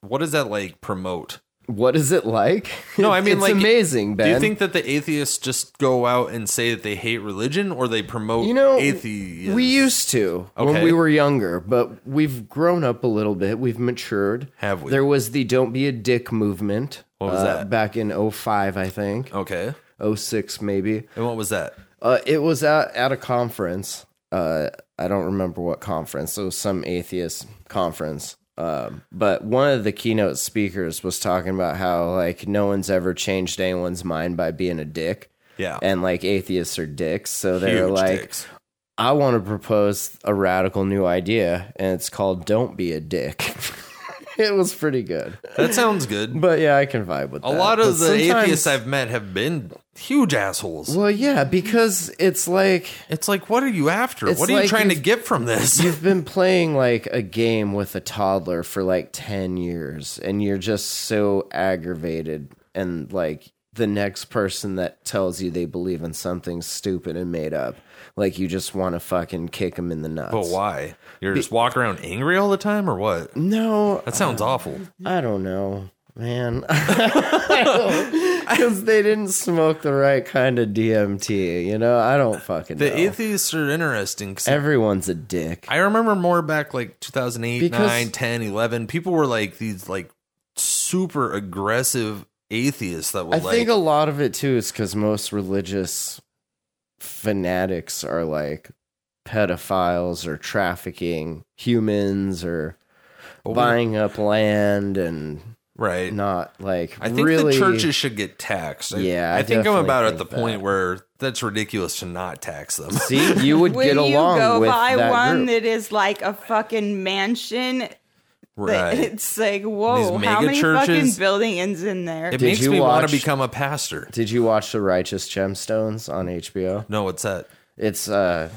Speaker 6: What does that like promote?
Speaker 2: what is it like?
Speaker 6: No, I mean,
Speaker 2: it's
Speaker 6: like,
Speaker 2: amazing. Ben,
Speaker 6: Do you think that the atheists just go out and say that they hate religion, or they promote
Speaker 2: You know,
Speaker 6: atheism?
Speaker 2: We used to when
Speaker 6: Okay.
Speaker 2: we were younger, but we've grown up a little bit. We've matured.
Speaker 6: Have we?
Speaker 2: There was the Don't Be a Dick movement.
Speaker 6: What was
Speaker 2: uh,
Speaker 6: that? Oh.
Speaker 2: Back in 05, I think.
Speaker 6: okay,
Speaker 2: 06, maybe.
Speaker 6: and what was that?
Speaker 2: Uh, it was at, at a conference. Uh, I don't remember what conference. It was some atheist conference. Um, but one of the keynote speakers was talking about how, like, no one's ever changed anyone's mind by being a dick.
Speaker 6: Yeah,
Speaker 2: And, like, atheists are dicks. So they're
Speaker 6: Huge
Speaker 2: like,
Speaker 6: dicks.
Speaker 2: I want to propose a radical new idea, and it's called "Don't Be a Dick." it was pretty good,
Speaker 6: that sounds good.
Speaker 2: but yeah, I can vibe with
Speaker 6: A
Speaker 2: that.
Speaker 6: lot of
Speaker 2: But
Speaker 6: the
Speaker 2: sometimes-
Speaker 6: atheists I've met have been huge assholes.
Speaker 2: well, yeah, because it's like
Speaker 6: It's like, what are you after?
Speaker 2: It's
Speaker 6: What are you
Speaker 2: like
Speaker 6: trying to
Speaker 2: you've-
Speaker 6: get from this?
Speaker 2: you've been playing like a game with a toddler for like ten years, and you're just so aggravated, and like the next person that tells you they believe in something stupid and made up, like you just want to fucking kick them in the nuts.
Speaker 6: But why? You're just walk around angry all the time, or what?
Speaker 2: No,
Speaker 6: That sounds awful.
Speaker 2: I don't know, man. Because they didn't smoke the right kind of DMT, you know. I don't fucking
Speaker 6: The
Speaker 2: know.
Speaker 6: atheists are interesting. 'cause
Speaker 2: Everyone's a dick.
Speaker 6: I remember more back like 2008,
Speaker 2: Because-
Speaker 6: 9, 10, 11. People were like these like super aggressive atheists that would
Speaker 2: I,
Speaker 6: like.
Speaker 2: think a lot of it too is because most religious fanatics are like pedophiles or trafficking humans or
Speaker 6: But we-
Speaker 2: buying up land and
Speaker 6: right?
Speaker 2: Not like
Speaker 6: I think
Speaker 2: really,
Speaker 6: the churches should get taxed. I-
Speaker 2: Yeah,
Speaker 6: I,
Speaker 2: I
Speaker 6: think I'm
Speaker 2: definitely
Speaker 6: about at the
Speaker 2: think
Speaker 6: point
Speaker 2: that.
Speaker 6: where that's ridiculous to not tax them.
Speaker 2: See, you would
Speaker 1: Will
Speaker 2: get
Speaker 1: you
Speaker 2: along
Speaker 1: go
Speaker 2: with
Speaker 1: buy
Speaker 2: that
Speaker 1: one
Speaker 2: group.
Speaker 1: that is like a fucking mansion? that
Speaker 6: right?
Speaker 1: It's like, whoa,
Speaker 6: These
Speaker 1: how
Speaker 6: mega
Speaker 1: many
Speaker 6: churches-
Speaker 1: fucking buildings in there?
Speaker 6: It
Speaker 2: Did
Speaker 6: makes
Speaker 2: you
Speaker 6: me want
Speaker 2: watch-
Speaker 6: to become a pastor.
Speaker 2: Did you watch The Righteous Gemstones on HBO?
Speaker 6: No, what's that?
Speaker 2: It's uh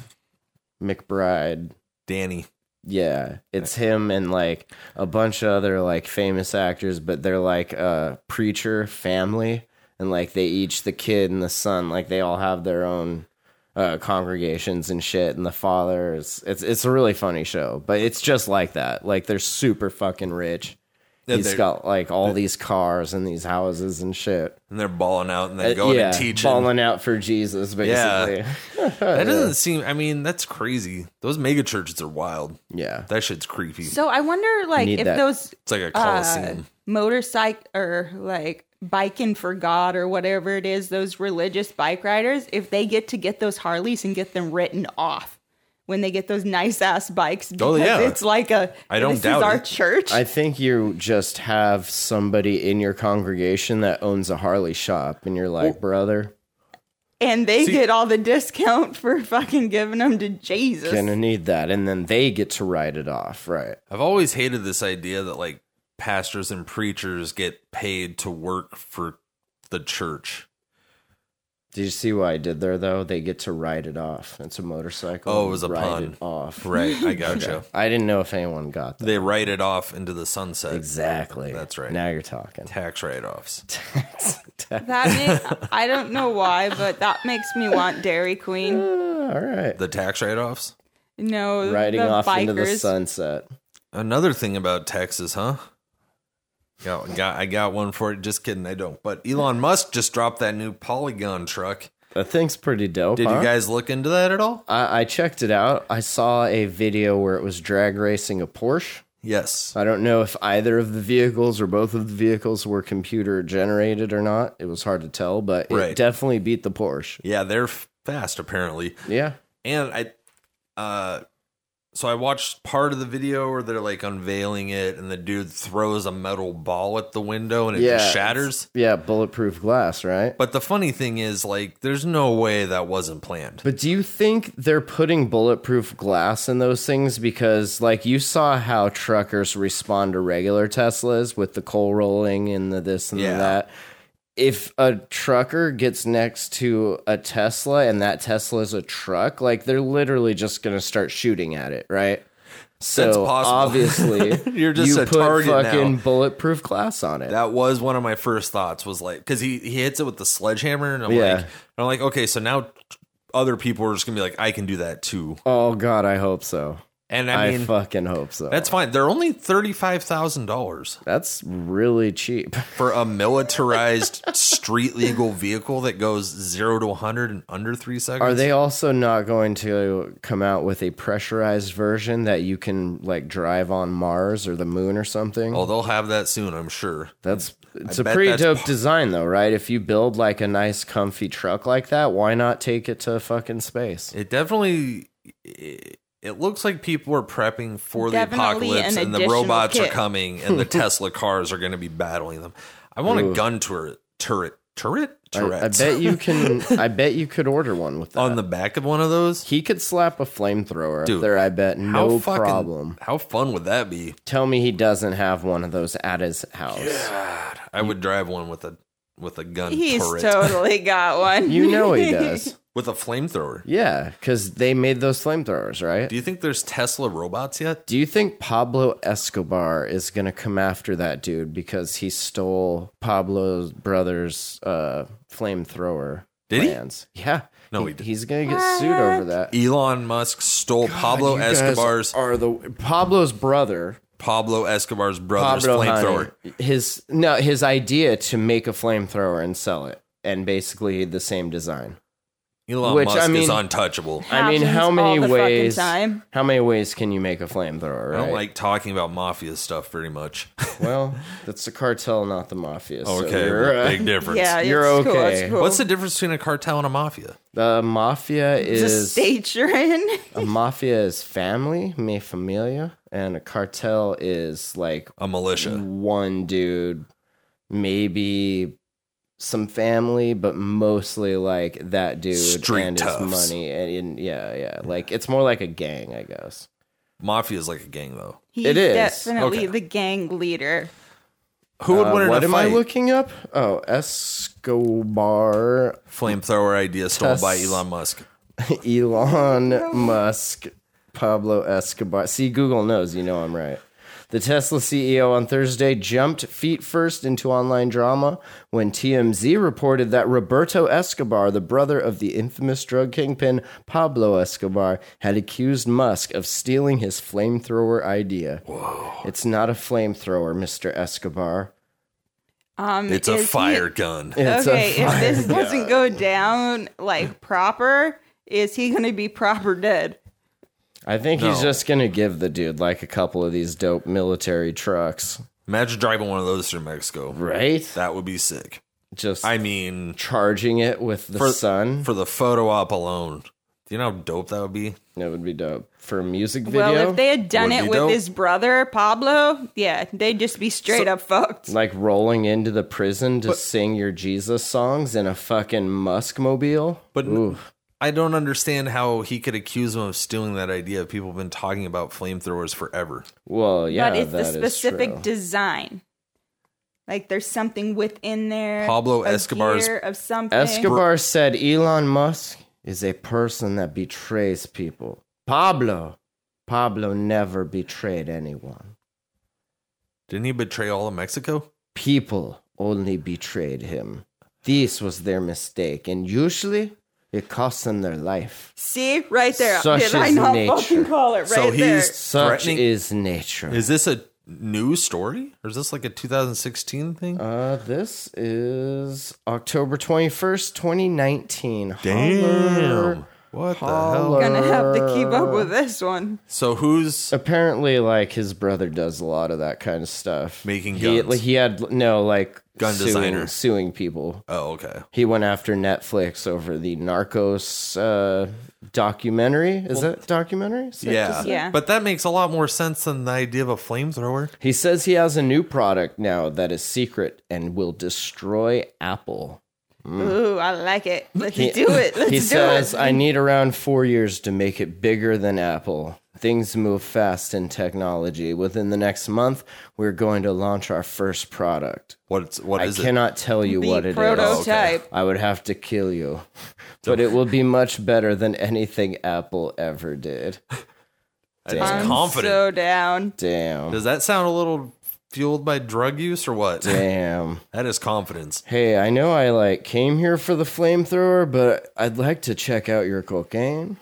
Speaker 2: McBride.
Speaker 6: Danny.
Speaker 2: Yeah, it's him and like a bunch of other like famous actors, but they're like a preacher family, and like they each the kid and the son, like they all have their own uh, congregations and shit, and the father is it's it's a really funny show, but it's just like that. Like they're super fucking rich.
Speaker 6: And
Speaker 2: He's
Speaker 6: they're-
Speaker 2: got like all these cars and these houses and shit.
Speaker 6: And they're balling out and
Speaker 2: Uh,
Speaker 6: then going
Speaker 2: yeah,
Speaker 6: and teaching.
Speaker 2: balling out for Jesus,
Speaker 6: Yeah.
Speaker 2: basically.
Speaker 6: That doesn't seem. I mean, that's crazy. Those mega churches are wild.
Speaker 2: Yeah.
Speaker 6: That shit's creepy.
Speaker 1: So I wonder, like,
Speaker 2: need
Speaker 1: if
Speaker 2: that.
Speaker 1: those
Speaker 6: it's like a
Speaker 1: uh,
Speaker 6: coliseum.
Speaker 1: motorcycle or like biking for God or whatever it is, those religious bike riders, if they get to get those Harleys and get them written off when they get those nice ass bikes,
Speaker 2: Oh,
Speaker 1: because
Speaker 6: yeah.
Speaker 1: it's like a
Speaker 6: I don't
Speaker 1: this
Speaker 6: doubt
Speaker 1: is our
Speaker 6: it.
Speaker 1: church.
Speaker 2: I think you just have somebody in your congregation that owns a Harley shop, and you're like, brother,
Speaker 1: and they
Speaker 6: See-
Speaker 1: get all the discount for fucking giving them to Jesus.
Speaker 2: gonna need that. And then they get to write it off, right?
Speaker 6: I've always hated this idea that like pastors and preachers get paid to work for the church.
Speaker 2: Did you see what I did there, though? They get to write it off. It's a motorcycle.
Speaker 6: Oh, it was a
Speaker 2: Write
Speaker 6: pun.
Speaker 2: it off.
Speaker 6: Right. I gotcha.
Speaker 2: I didn't know if anyone got that.
Speaker 6: They write it off into the sunset.
Speaker 2: Exactly.
Speaker 6: That's right.
Speaker 2: Now you're talking.
Speaker 6: Tax write offs.
Speaker 1: That ma- I don't know why, but that makes me want Dairy Queen.
Speaker 2: All right.
Speaker 6: The tax write offs.
Speaker 1: No,
Speaker 2: Riding
Speaker 1: the
Speaker 2: off
Speaker 1: bikers.
Speaker 2: into the sunset.
Speaker 6: Another thing about Texas, huh? Got, got, I got one for it. Just kidding. I don't. But Elon Musk just dropped that new Polygon truck.
Speaker 2: That thing's pretty dope.
Speaker 6: Did
Speaker 2: huh?
Speaker 6: you guys look into that at all?
Speaker 2: I, I checked it out. I saw a video where it was drag racing a Porsche.
Speaker 6: Yes.
Speaker 2: I don't know if either of the vehicles or both of the vehicles were computer generated or not. It was hard to tell, but it
Speaker 6: Right.
Speaker 2: definitely beat the Porsche.
Speaker 6: Yeah, they're f- fast apparently.
Speaker 2: Yeah.
Speaker 6: And I, uh, so I watched part of the video where they're like unveiling it, and the dude throws a metal ball at the window, and it
Speaker 2: Yeah,
Speaker 6: just
Speaker 2: it's-
Speaker 6: shatters.
Speaker 2: Yeah, bulletproof glass, right?
Speaker 6: But the funny thing is, like, there's no way that wasn't planned.
Speaker 2: But do you think they're putting bulletproof glass in those things? Because, like, you saw how truckers respond to regular Teslas with the coal rolling and the this and the
Speaker 6: Yeah.
Speaker 2: that. If a trucker gets next to a Tesla and that Tesla is a truck, like, they're literally just going to start shooting at it, right? So
Speaker 6: That's possible.
Speaker 2: obviously,
Speaker 6: You're just
Speaker 2: you
Speaker 6: a
Speaker 2: put
Speaker 6: target now.
Speaker 2: fucking bulletproof glass on it.
Speaker 6: That was one of my first thoughts was like, because he, he hits it with the sledgehammer, and I'm
Speaker 2: Yeah.
Speaker 6: like, I'm like, okay, so now other people are just gonna be like, I can do that too.
Speaker 2: oh God, I hope so.
Speaker 6: And
Speaker 2: I,
Speaker 6: I mean,
Speaker 2: fucking hope so.
Speaker 6: that's fine. They're only thirty five thousand dollars.
Speaker 2: that's really cheap.
Speaker 6: for a militarized street legal vehicle that goes zero to 100 in under three seconds.
Speaker 2: Are they also not going to come out with a pressurized version that you can like drive on Mars or the moon or something?
Speaker 6: Oh, they'll have that soon, I'm sure.
Speaker 2: that's it's
Speaker 6: I
Speaker 2: a
Speaker 6: bet
Speaker 2: pretty
Speaker 6: that's
Speaker 2: dope
Speaker 6: part-
Speaker 2: design though, right? If you build like a nice comfy truck like that, why not take it to fucking space?
Speaker 6: It definitely. It, it looks like people are prepping for the
Speaker 1: Definitely
Speaker 6: apocalypse,
Speaker 1: an
Speaker 6: and the
Speaker 1: additional
Speaker 6: robots
Speaker 1: kit.
Speaker 6: are coming, and the Tesla cars are going to be battling them. I want a gun turret, turret, turret,
Speaker 2: I,
Speaker 6: turret
Speaker 2: I bet you can I bet you could order one with that.
Speaker 6: on the back of one of those.
Speaker 2: he could slap a flamethrower up
Speaker 6: Dude,
Speaker 2: there, I bet
Speaker 6: How
Speaker 2: no
Speaker 6: fucking,
Speaker 2: problem.
Speaker 6: How fun would that be?
Speaker 2: Tell me he doesn't have one of those at his house.
Speaker 6: I would drive one with a with a gun
Speaker 1: He's
Speaker 6: turret,
Speaker 1: totally got one.
Speaker 2: You know he does.
Speaker 6: with a flamethrower.
Speaker 2: Yeah, because they made those flamethrowers, right?
Speaker 6: Do you think there's Tesla robots yet?
Speaker 2: Do you think Pablo Escobar is going to come after that dude because he stole Pablo's brother's uh, flamethrower
Speaker 6: Did he?
Speaker 2: plans? Yeah.
Speaker 6: No, he didn't.
Speaker 2: He's going to get sued over that.
Speaker 6: Elon Musk stole Pablo
Speaker 2: You guys
Speaker 6: Escobar's
Speaker 2: are the Pablo's brother,
Speaker 6: Pablo Escobar's brother's
Speaker 2: Pablo
Speaker 6: flamethrower.
Speaker 2: Honey, his no, his idea to make a flamethrower and sell it, and basically the same design.
Speaker 6: Elon
Speaker 2: Which, I
Speaker 6: Musk is
Speaker 2: mean-
Speaker 6: untouchable.
Speaker 2: I mean,
Speaker 1: Happens
Speaker 2: how
Speaker 1: all
Speaker 2: many
Speaker 1: the fucking
Speaker 2: ways?
Speaker 1: time.
Speaker 2: How many ways can you make a flamethrower?
Speaker 6: I
Speaker 2: Right?
Speaker 6: don't like talking about mafia stuff very much.
Speaker 2: Well, that's the cartel, not the mafia. so
Speaker 6: Oh, Okay,
Speaker 2: you're, uh,
Speaker 6: big difference.
Speaker 1: Yeah,
Speaker 2: You're
Speaker 1: it's Cool,
Speaker 2: okay.
Speaker 1: it's cool.
Speaker 6: What's the difference between a cartel and a mafia?
Speaker 2: the mafia
Speaker 1: the
Speaker 2: is
Speaker 1: state you're in?
Speaker 2: a mafia is family, mi familia, and a cartel is like
Speaker 6: A
Speaker 2: Mm.
Speaker 6: militia.
Speaker 2: one dude, maybe some family, but mostly like that dude
Speaker 6: Street
Speaker 2: and
Speaker 6: toughs.
Speaker 2: his money, and, and yeah, yeah, like it's more like a gang, I guess.
Speaker 6: Mafia is like a gang, though.
Speaker 1: He's
Speaker 2: It is.
Speaker 1: definitely
Speaker 6: Okay.
Speaker 1: the gang leader.
Speaker 6: Who would
Speaker 2: Uh,
Speaker 6: win in
Speaker 2: what
Speaker 6: a
Speaker 2: am
Speaker 6: fight?
Speaker 2: I looking up? Oh, Escobar,
Speaker 6: Flamethrower idea stolen by
Speaker 2: Tess-
Speaker 6: Elon Musk.
Speaker 2: Elon Musk, Pablo Escobar. See, Google knows. You know I'm right. The Tesla CEO on Thursday jumped feet first into online drama when TMZ reported that Roberto Escobar, the brother of the infamous drug kingpin Pablo Escobar, had accused Musk of stealing his flamethrower idea. It's not a flamethrower, Mr. Escobar.
Speaker 1: Um,
Speaker 6: It's a
Speaker 1: is he-
Speaker 6: fire gun.
Speaker 2: It's a
Speaker 1: okay, if
Speaker 2: fire-
Speaker 1: this doesn't go down like proper, is he going to be proper dead?
Speaker 2: I think he's
Speaker 6: No.
Speaker 2: just going to give the dude like a couple of these dope military trucks,
Speaker 6: Imagine driving one of those through Mexico.
Speaker 2: right?
Speaker 6: That would be sick.
Speaker 2: Just
Speaker 6: I mean,
Speaker 2: charging it with the
Speaker 6: for,
Speaker 2: sun.
Speaker 6: for the photo op alone. Do you know how dope that would be?
Speaker 2: that would be dope for a music video.
Speaker 1: Well, if they had done
Speaker 6: Would
Speaker 1: it
Speaker 6: be
Speaker 1: with
Speaker 6: dope.
Speaker 1: his brother Pablo, yeah, they'd just be straight up fucked.
Speaker 2: like rolling into the prison to sing your Jesus songs in a fucking musk mobile.
Speaker 6: But n-
Speaker 2: Ooh,
Speaker 6: I don't understand how he could accuse him of stealing that idea. People have been talking about flamethrowers forever.
Speaker 2: well, yeah,
Speaker 1: but it's the
Speaker 2: that is
Speaker 1: specific
Speaker 2: true.
Speaker 1: design. Like there's something within there.
Speaker 6: Pablo
Speaker 1: a
Speaker 6: Escobar's-
Speaker 1: gear of something.
Speaker 2: Escobar said Elon Musk is a person that betrays people. Pablo, Pablo never betrayed anyone.
Speaker 6: Didn't he betray all of Mexico?
Speaker 2: People only betrayed him. This was their mistake, and usually it costs them their life.
Speaker 1: See right there.
Speaker 2: Such
Speaker 1: Did I
Speaker 2: is
Speaker 1: not
Speaker 2: nature.
Speaker 1: fucking call it right there?
Speaker 6: So he's-
Speaker 2: Such
Speaker 6: Threatening-
Speaker 2: is nature.
Speaker 6: Is this a new story? Or is this like a 2016 thing?
Speaker 2: uh, this is October 21st, 2019. Holler.
Speaker 6: What the hell?
Speaker 2: Holler.
Speaker 1: gonna have to keep up with this one.
Speaker 6: So who's
Speaker 2: Apparently, like, his brother does a lot of that kind of stuff.
Speaker 6: Making
Speaker 2: He,
Speaker 6: guns.
Speaker 2: like, he had, no, like,
Speaker 6: Gun
Speaker 2: suing,
Speaker 6: designer.
Speaker 2: suing people.
Speaker 6: Oh, okay.
Speaker 2: He went after Netflix over the Narcos uh, documentary. Is that documentary? Is that
Speaker 6: Yeah.
Speaker 1: Yeah.
Speaker 6: But that makes a lot more sense than the idea of a flamethrower.
Speaker 2: He says he has a new product now that is secret and will destroy Apple.
Speaker 1: Ooh, I like it. Let's do it. Let's do
Speaker 2: he says,
Speaker 1: it.
Speaker 2: I need around four years to make it bigger than Apple. Things move fast in technology. Within the next month, we're going to launch our first product.
Speaker 6: What's what
Speaker 2: I
Speaker 6: is it?
Speaker 2: cannot tell you
Speaker 1: the
Speaker 2: what it is.
Speaker 1: prototype.
Speaker 2: I would have to kill you. but it will be much better than anything Apple ever did.
Speaker 6: I'm
Speaker 1: I'm
Speaker 6: confident.
Speaker 1: so down.
Speaker 2: Damn.
Speaker 6: Does that sound a little fueled by drug use or what?
Speaker 2: Damn.
Speaker 6: That is confidence.
Speaker 2: Hey, I know I like came here for the flamethrower, but I'd like to check out your cocaine.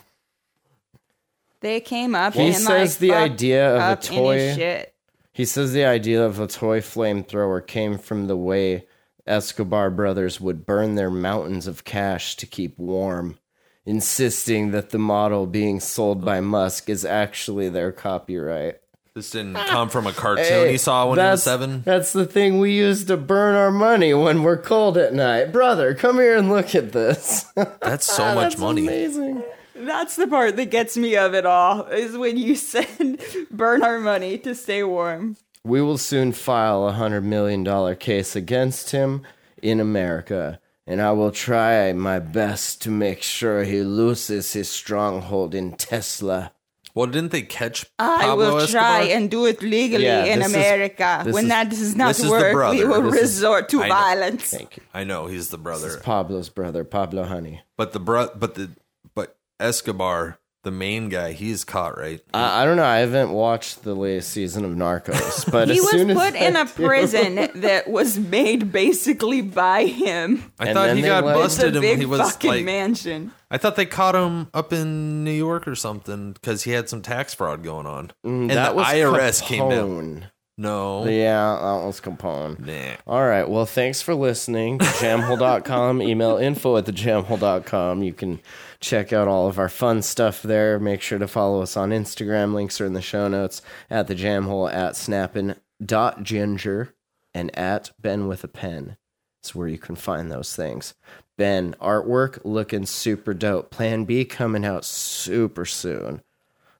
Speaker 1: They came up
Speaker 2: He
Speaker 1: and
Speaker 2: says
Speaker 1: like,
Speaker 2: the
Speaker 1: fucked
Speaker 2: idea of a
Speaker 1: up in his
Speaker 2: toy-
Speaker 1: shit.
Speaker 2: He says the idea of a toy flamethrower came from the way Escobar brothers would burn their mountains of cash to keep warm, insisting that the model being sold by Musk is actually their copyright.
Speaker 6: This didn't come from a cartoon he saw when he was
Speaker 2: that's,
Speaker 6: seven.
Speaker 2: That's the thing we use to burn our money when we're cold at night. Brother, come here and look at this.
Speaker 6: That's
Speaker 1: Ah,
Speaker 6: so much money.
Speaker 2: Amazing.
Speaker 1: That's the part that gets me of it all is when you said burn our money to stay warm.
Speaker 2: We will soon file a $100 million case against him in America, and I will try my best to make sure he loses his stronghold in Tesla.
Speaker 6: Well, didn't they catch
Speaker 1: I
Speaker 6: Pablo
Speaker 1: will
Speaker 6: Escobar?
Speaker 1: try and do it legally
Speaker 2: Yeah,
Speaker 1: in
Speaker 2: this is-
Speaker 1: America.
Speaker 2: this
Speaker 1: when
Speaker 2: is-
Speaker 1: that does not
Speaker 6: this is the
Speaker 1: work, we
Speaker 6: brother.
Speaker 1: will
Speaker 6: This is-
Speaker 1: resort to
Speaker 6: I know.
Speaker 1: violence.
Speaker 2: Thank you.
Speaker 6: I know he's the
Speaker 2: This
Speaker 6: brother,
Speaker 2: is Pablo's brother, Pablo Honey.
Speaker 6: but the bro, but the but Escobar, the main guy, he's caught right.
Speaker 2: I, I don't know. I haven't watched the latest season of Narcos, but
Speaker 1: He
Speaker 2: as
Speaker 1: was
Speaker 2: soon as
Speaker 1: put
Speaker 2: I
Speaker 1: in a
Speaker 2: do-
Speaker 1: prison that was made basically by him.
Speaker 6: I
Speaker 2: And
Speaker 6: thought
Speaker 2: then
Speaker 6: he
Speaker 2: they
Speaker 6: got
Speaker 2: let- It's
Speaker 1: It's a
Speaker 6: busted and
Speaker 1: big
Speaker 6: he was
Speaker 1: fucking
Speaker 6: like,
Speaker 1: mansion.
Speaker 6: I thought they caught him up in New York or something because he had some tax fraud going on, and
Speaker 2: Mm, that
Speaker 6: the
Speaker 2: was
Speaker 6: IRS came down.
Speaker 2: Capone.
Speaker 6: No.
Speaker 2: Yeah, that was Capone.
Speaker 6: Nah.
Speaker 2: All right. Well, thanks for listening to jamhole.com. Email info at thejamhole.com. You can check out all of our fun stuff there. Make sure to follow us on Instagram. Links are in the show notes at the jamhole, at snappin dot ginger and at Ben with a pen. It's where you can find those things. Ben, artwork looking super dope. Plan B coming out super soon.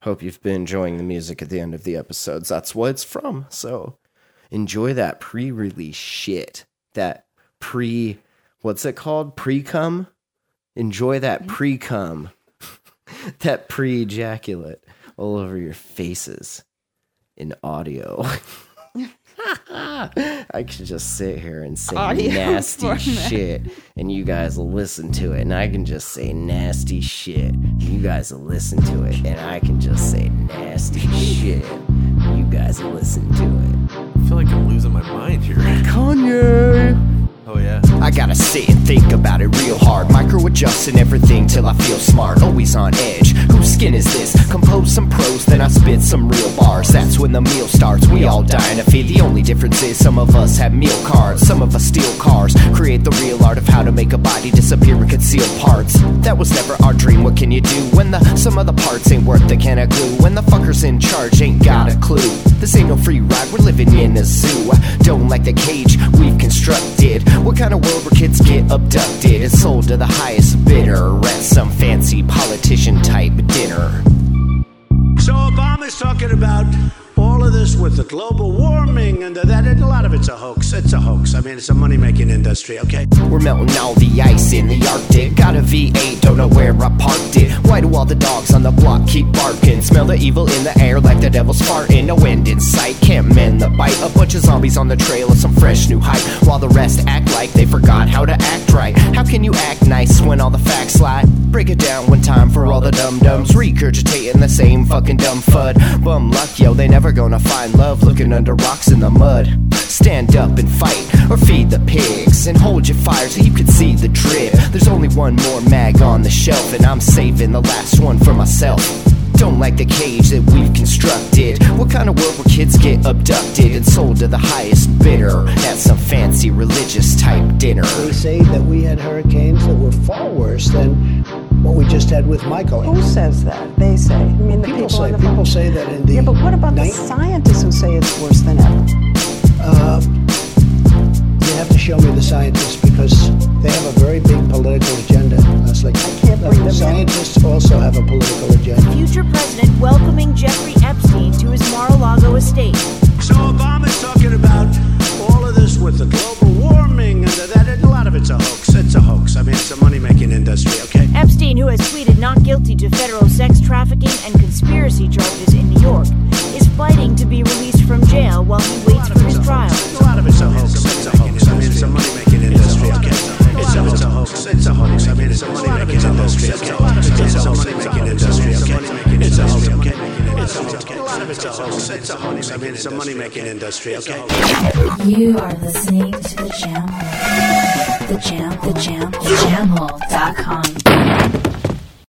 Speaker 2: Hope you've been enjoying the music at the end of the episodes. That's what it's from. So enjoy that pre-release shit. That pre what's it called? Pre-cum? Enjoy that
Speaker 1: Mm-hmm.
Speaker 2: pre-cum. that pre-ejaculate all over your faces in audio. I could just sit here and say
Speaker 1: Audio
Speaker 2: nasty
Speaker 1: format.
Speaker 2: shit and you guys will listen to it and I can just say nasty shit. You guys will listen to it and I can just say nasty shit. You guys will listen to it.
Speaker 6: I feel like I'm losing my mind here.
Speaker 2: Kanye.
Speaker 6: Oh, yeah.
Speaker 7: I gotta sit and think about it real hard. Micro adjusting everything till I feel smart. Always on edge. Whose skin is this? Compose some prose, then I spit some real bars. That's when the meal starts. We all dying to feed. The only difference is some of us have meal cards, some of us steal cars. Create the real art of how to make a body disappear and conceal parts. That was never our dream. What can you do when the sum of the parts ain't worth the can of glue? When the fuckers in charge ain't got a clue. This ain't no free ride. We're living in a zoo. I don't like the cage we've constructed. What kind of world where kids get abducted and sold to the highest bidder at some fancy politician type dinner?
Speaker 8: So Obama's talking about all of this with the global warming and that, and a lot of it's a hoax. It's a hoax. I mean, it's a money making industry, okay?
Speaker 7: We're melting all the ice in the Arctic. Got a V8, don't know where I parked it. Why do all the dogs on the block keep barking? Smell the evil in the air like the devil's farting. No end in sight, can't mend the bite. A bunch of zombies on the trail of some fresh new hype. While the rest act like they forgot how to act right. How can you act nice when all the facts lie? Break it down one time for all the dum dums. Regurgitating the same fucking dumb fud. Bum luck, yo, they never gonna find love looking under rocks in the mud. Stand up and fight, or feed the pigs, and hold your fire so you can see the drip. There's only one more mag on the shelf, and I'm saving the last one for myself. Don't like the cage that we've constructed. What kind of world where kids get abducted and sold to the highest bidder at some fancy religious type dinner?
Speaker 8: They say that we had hurricanes that were far worse than what we just had with Michael.
Speaker 9: Who says that? They say. I mean, the people,
Speaker 8: People say,
Speaker 9: on the
Speaker 8: people say that in the
Speaker 9: Yeah, but what about the
Speaker 8: night-
Speaker 9: scientists who say it's worse than ever?
Speaker 8: You have to show me the scientists because they have a very big political agenda. That's like I
Speaker 9: can't bring them in.
Speaker 8: Scientists also have a political agenda.
Speaker 10: Future president welcoming Jeffrey Epstein to his Mar-a-Lago estate.
Speaker 8: So Obama's talking about all of this with the global warming and that, and a lot of it's a hoax. It's a hoax. I mean, it's a money-making industry, okay?
Speaker 10: Epstein, who has pleaded not guilty to federal sex trafficking and conspiracy charges in New York, is fighting to be released from jail while he waits for his trial.
Speaker 8: A lot of it's a hoax. It's a hoax. I mean, it's a money-making industry, okay? It's a it's a hoax. It's a hoax. I mean, it's a money-making industry, okay? It's a money-making industry, okay? It's a hoax, okay? It's a hoax. A lot of it's a hoax. It's a hoax. I mean, it's a money-making industry, okay?
Speaker 11: You are listening to the Jam Hole. The Jam, the Jam, the Jam Hole.com.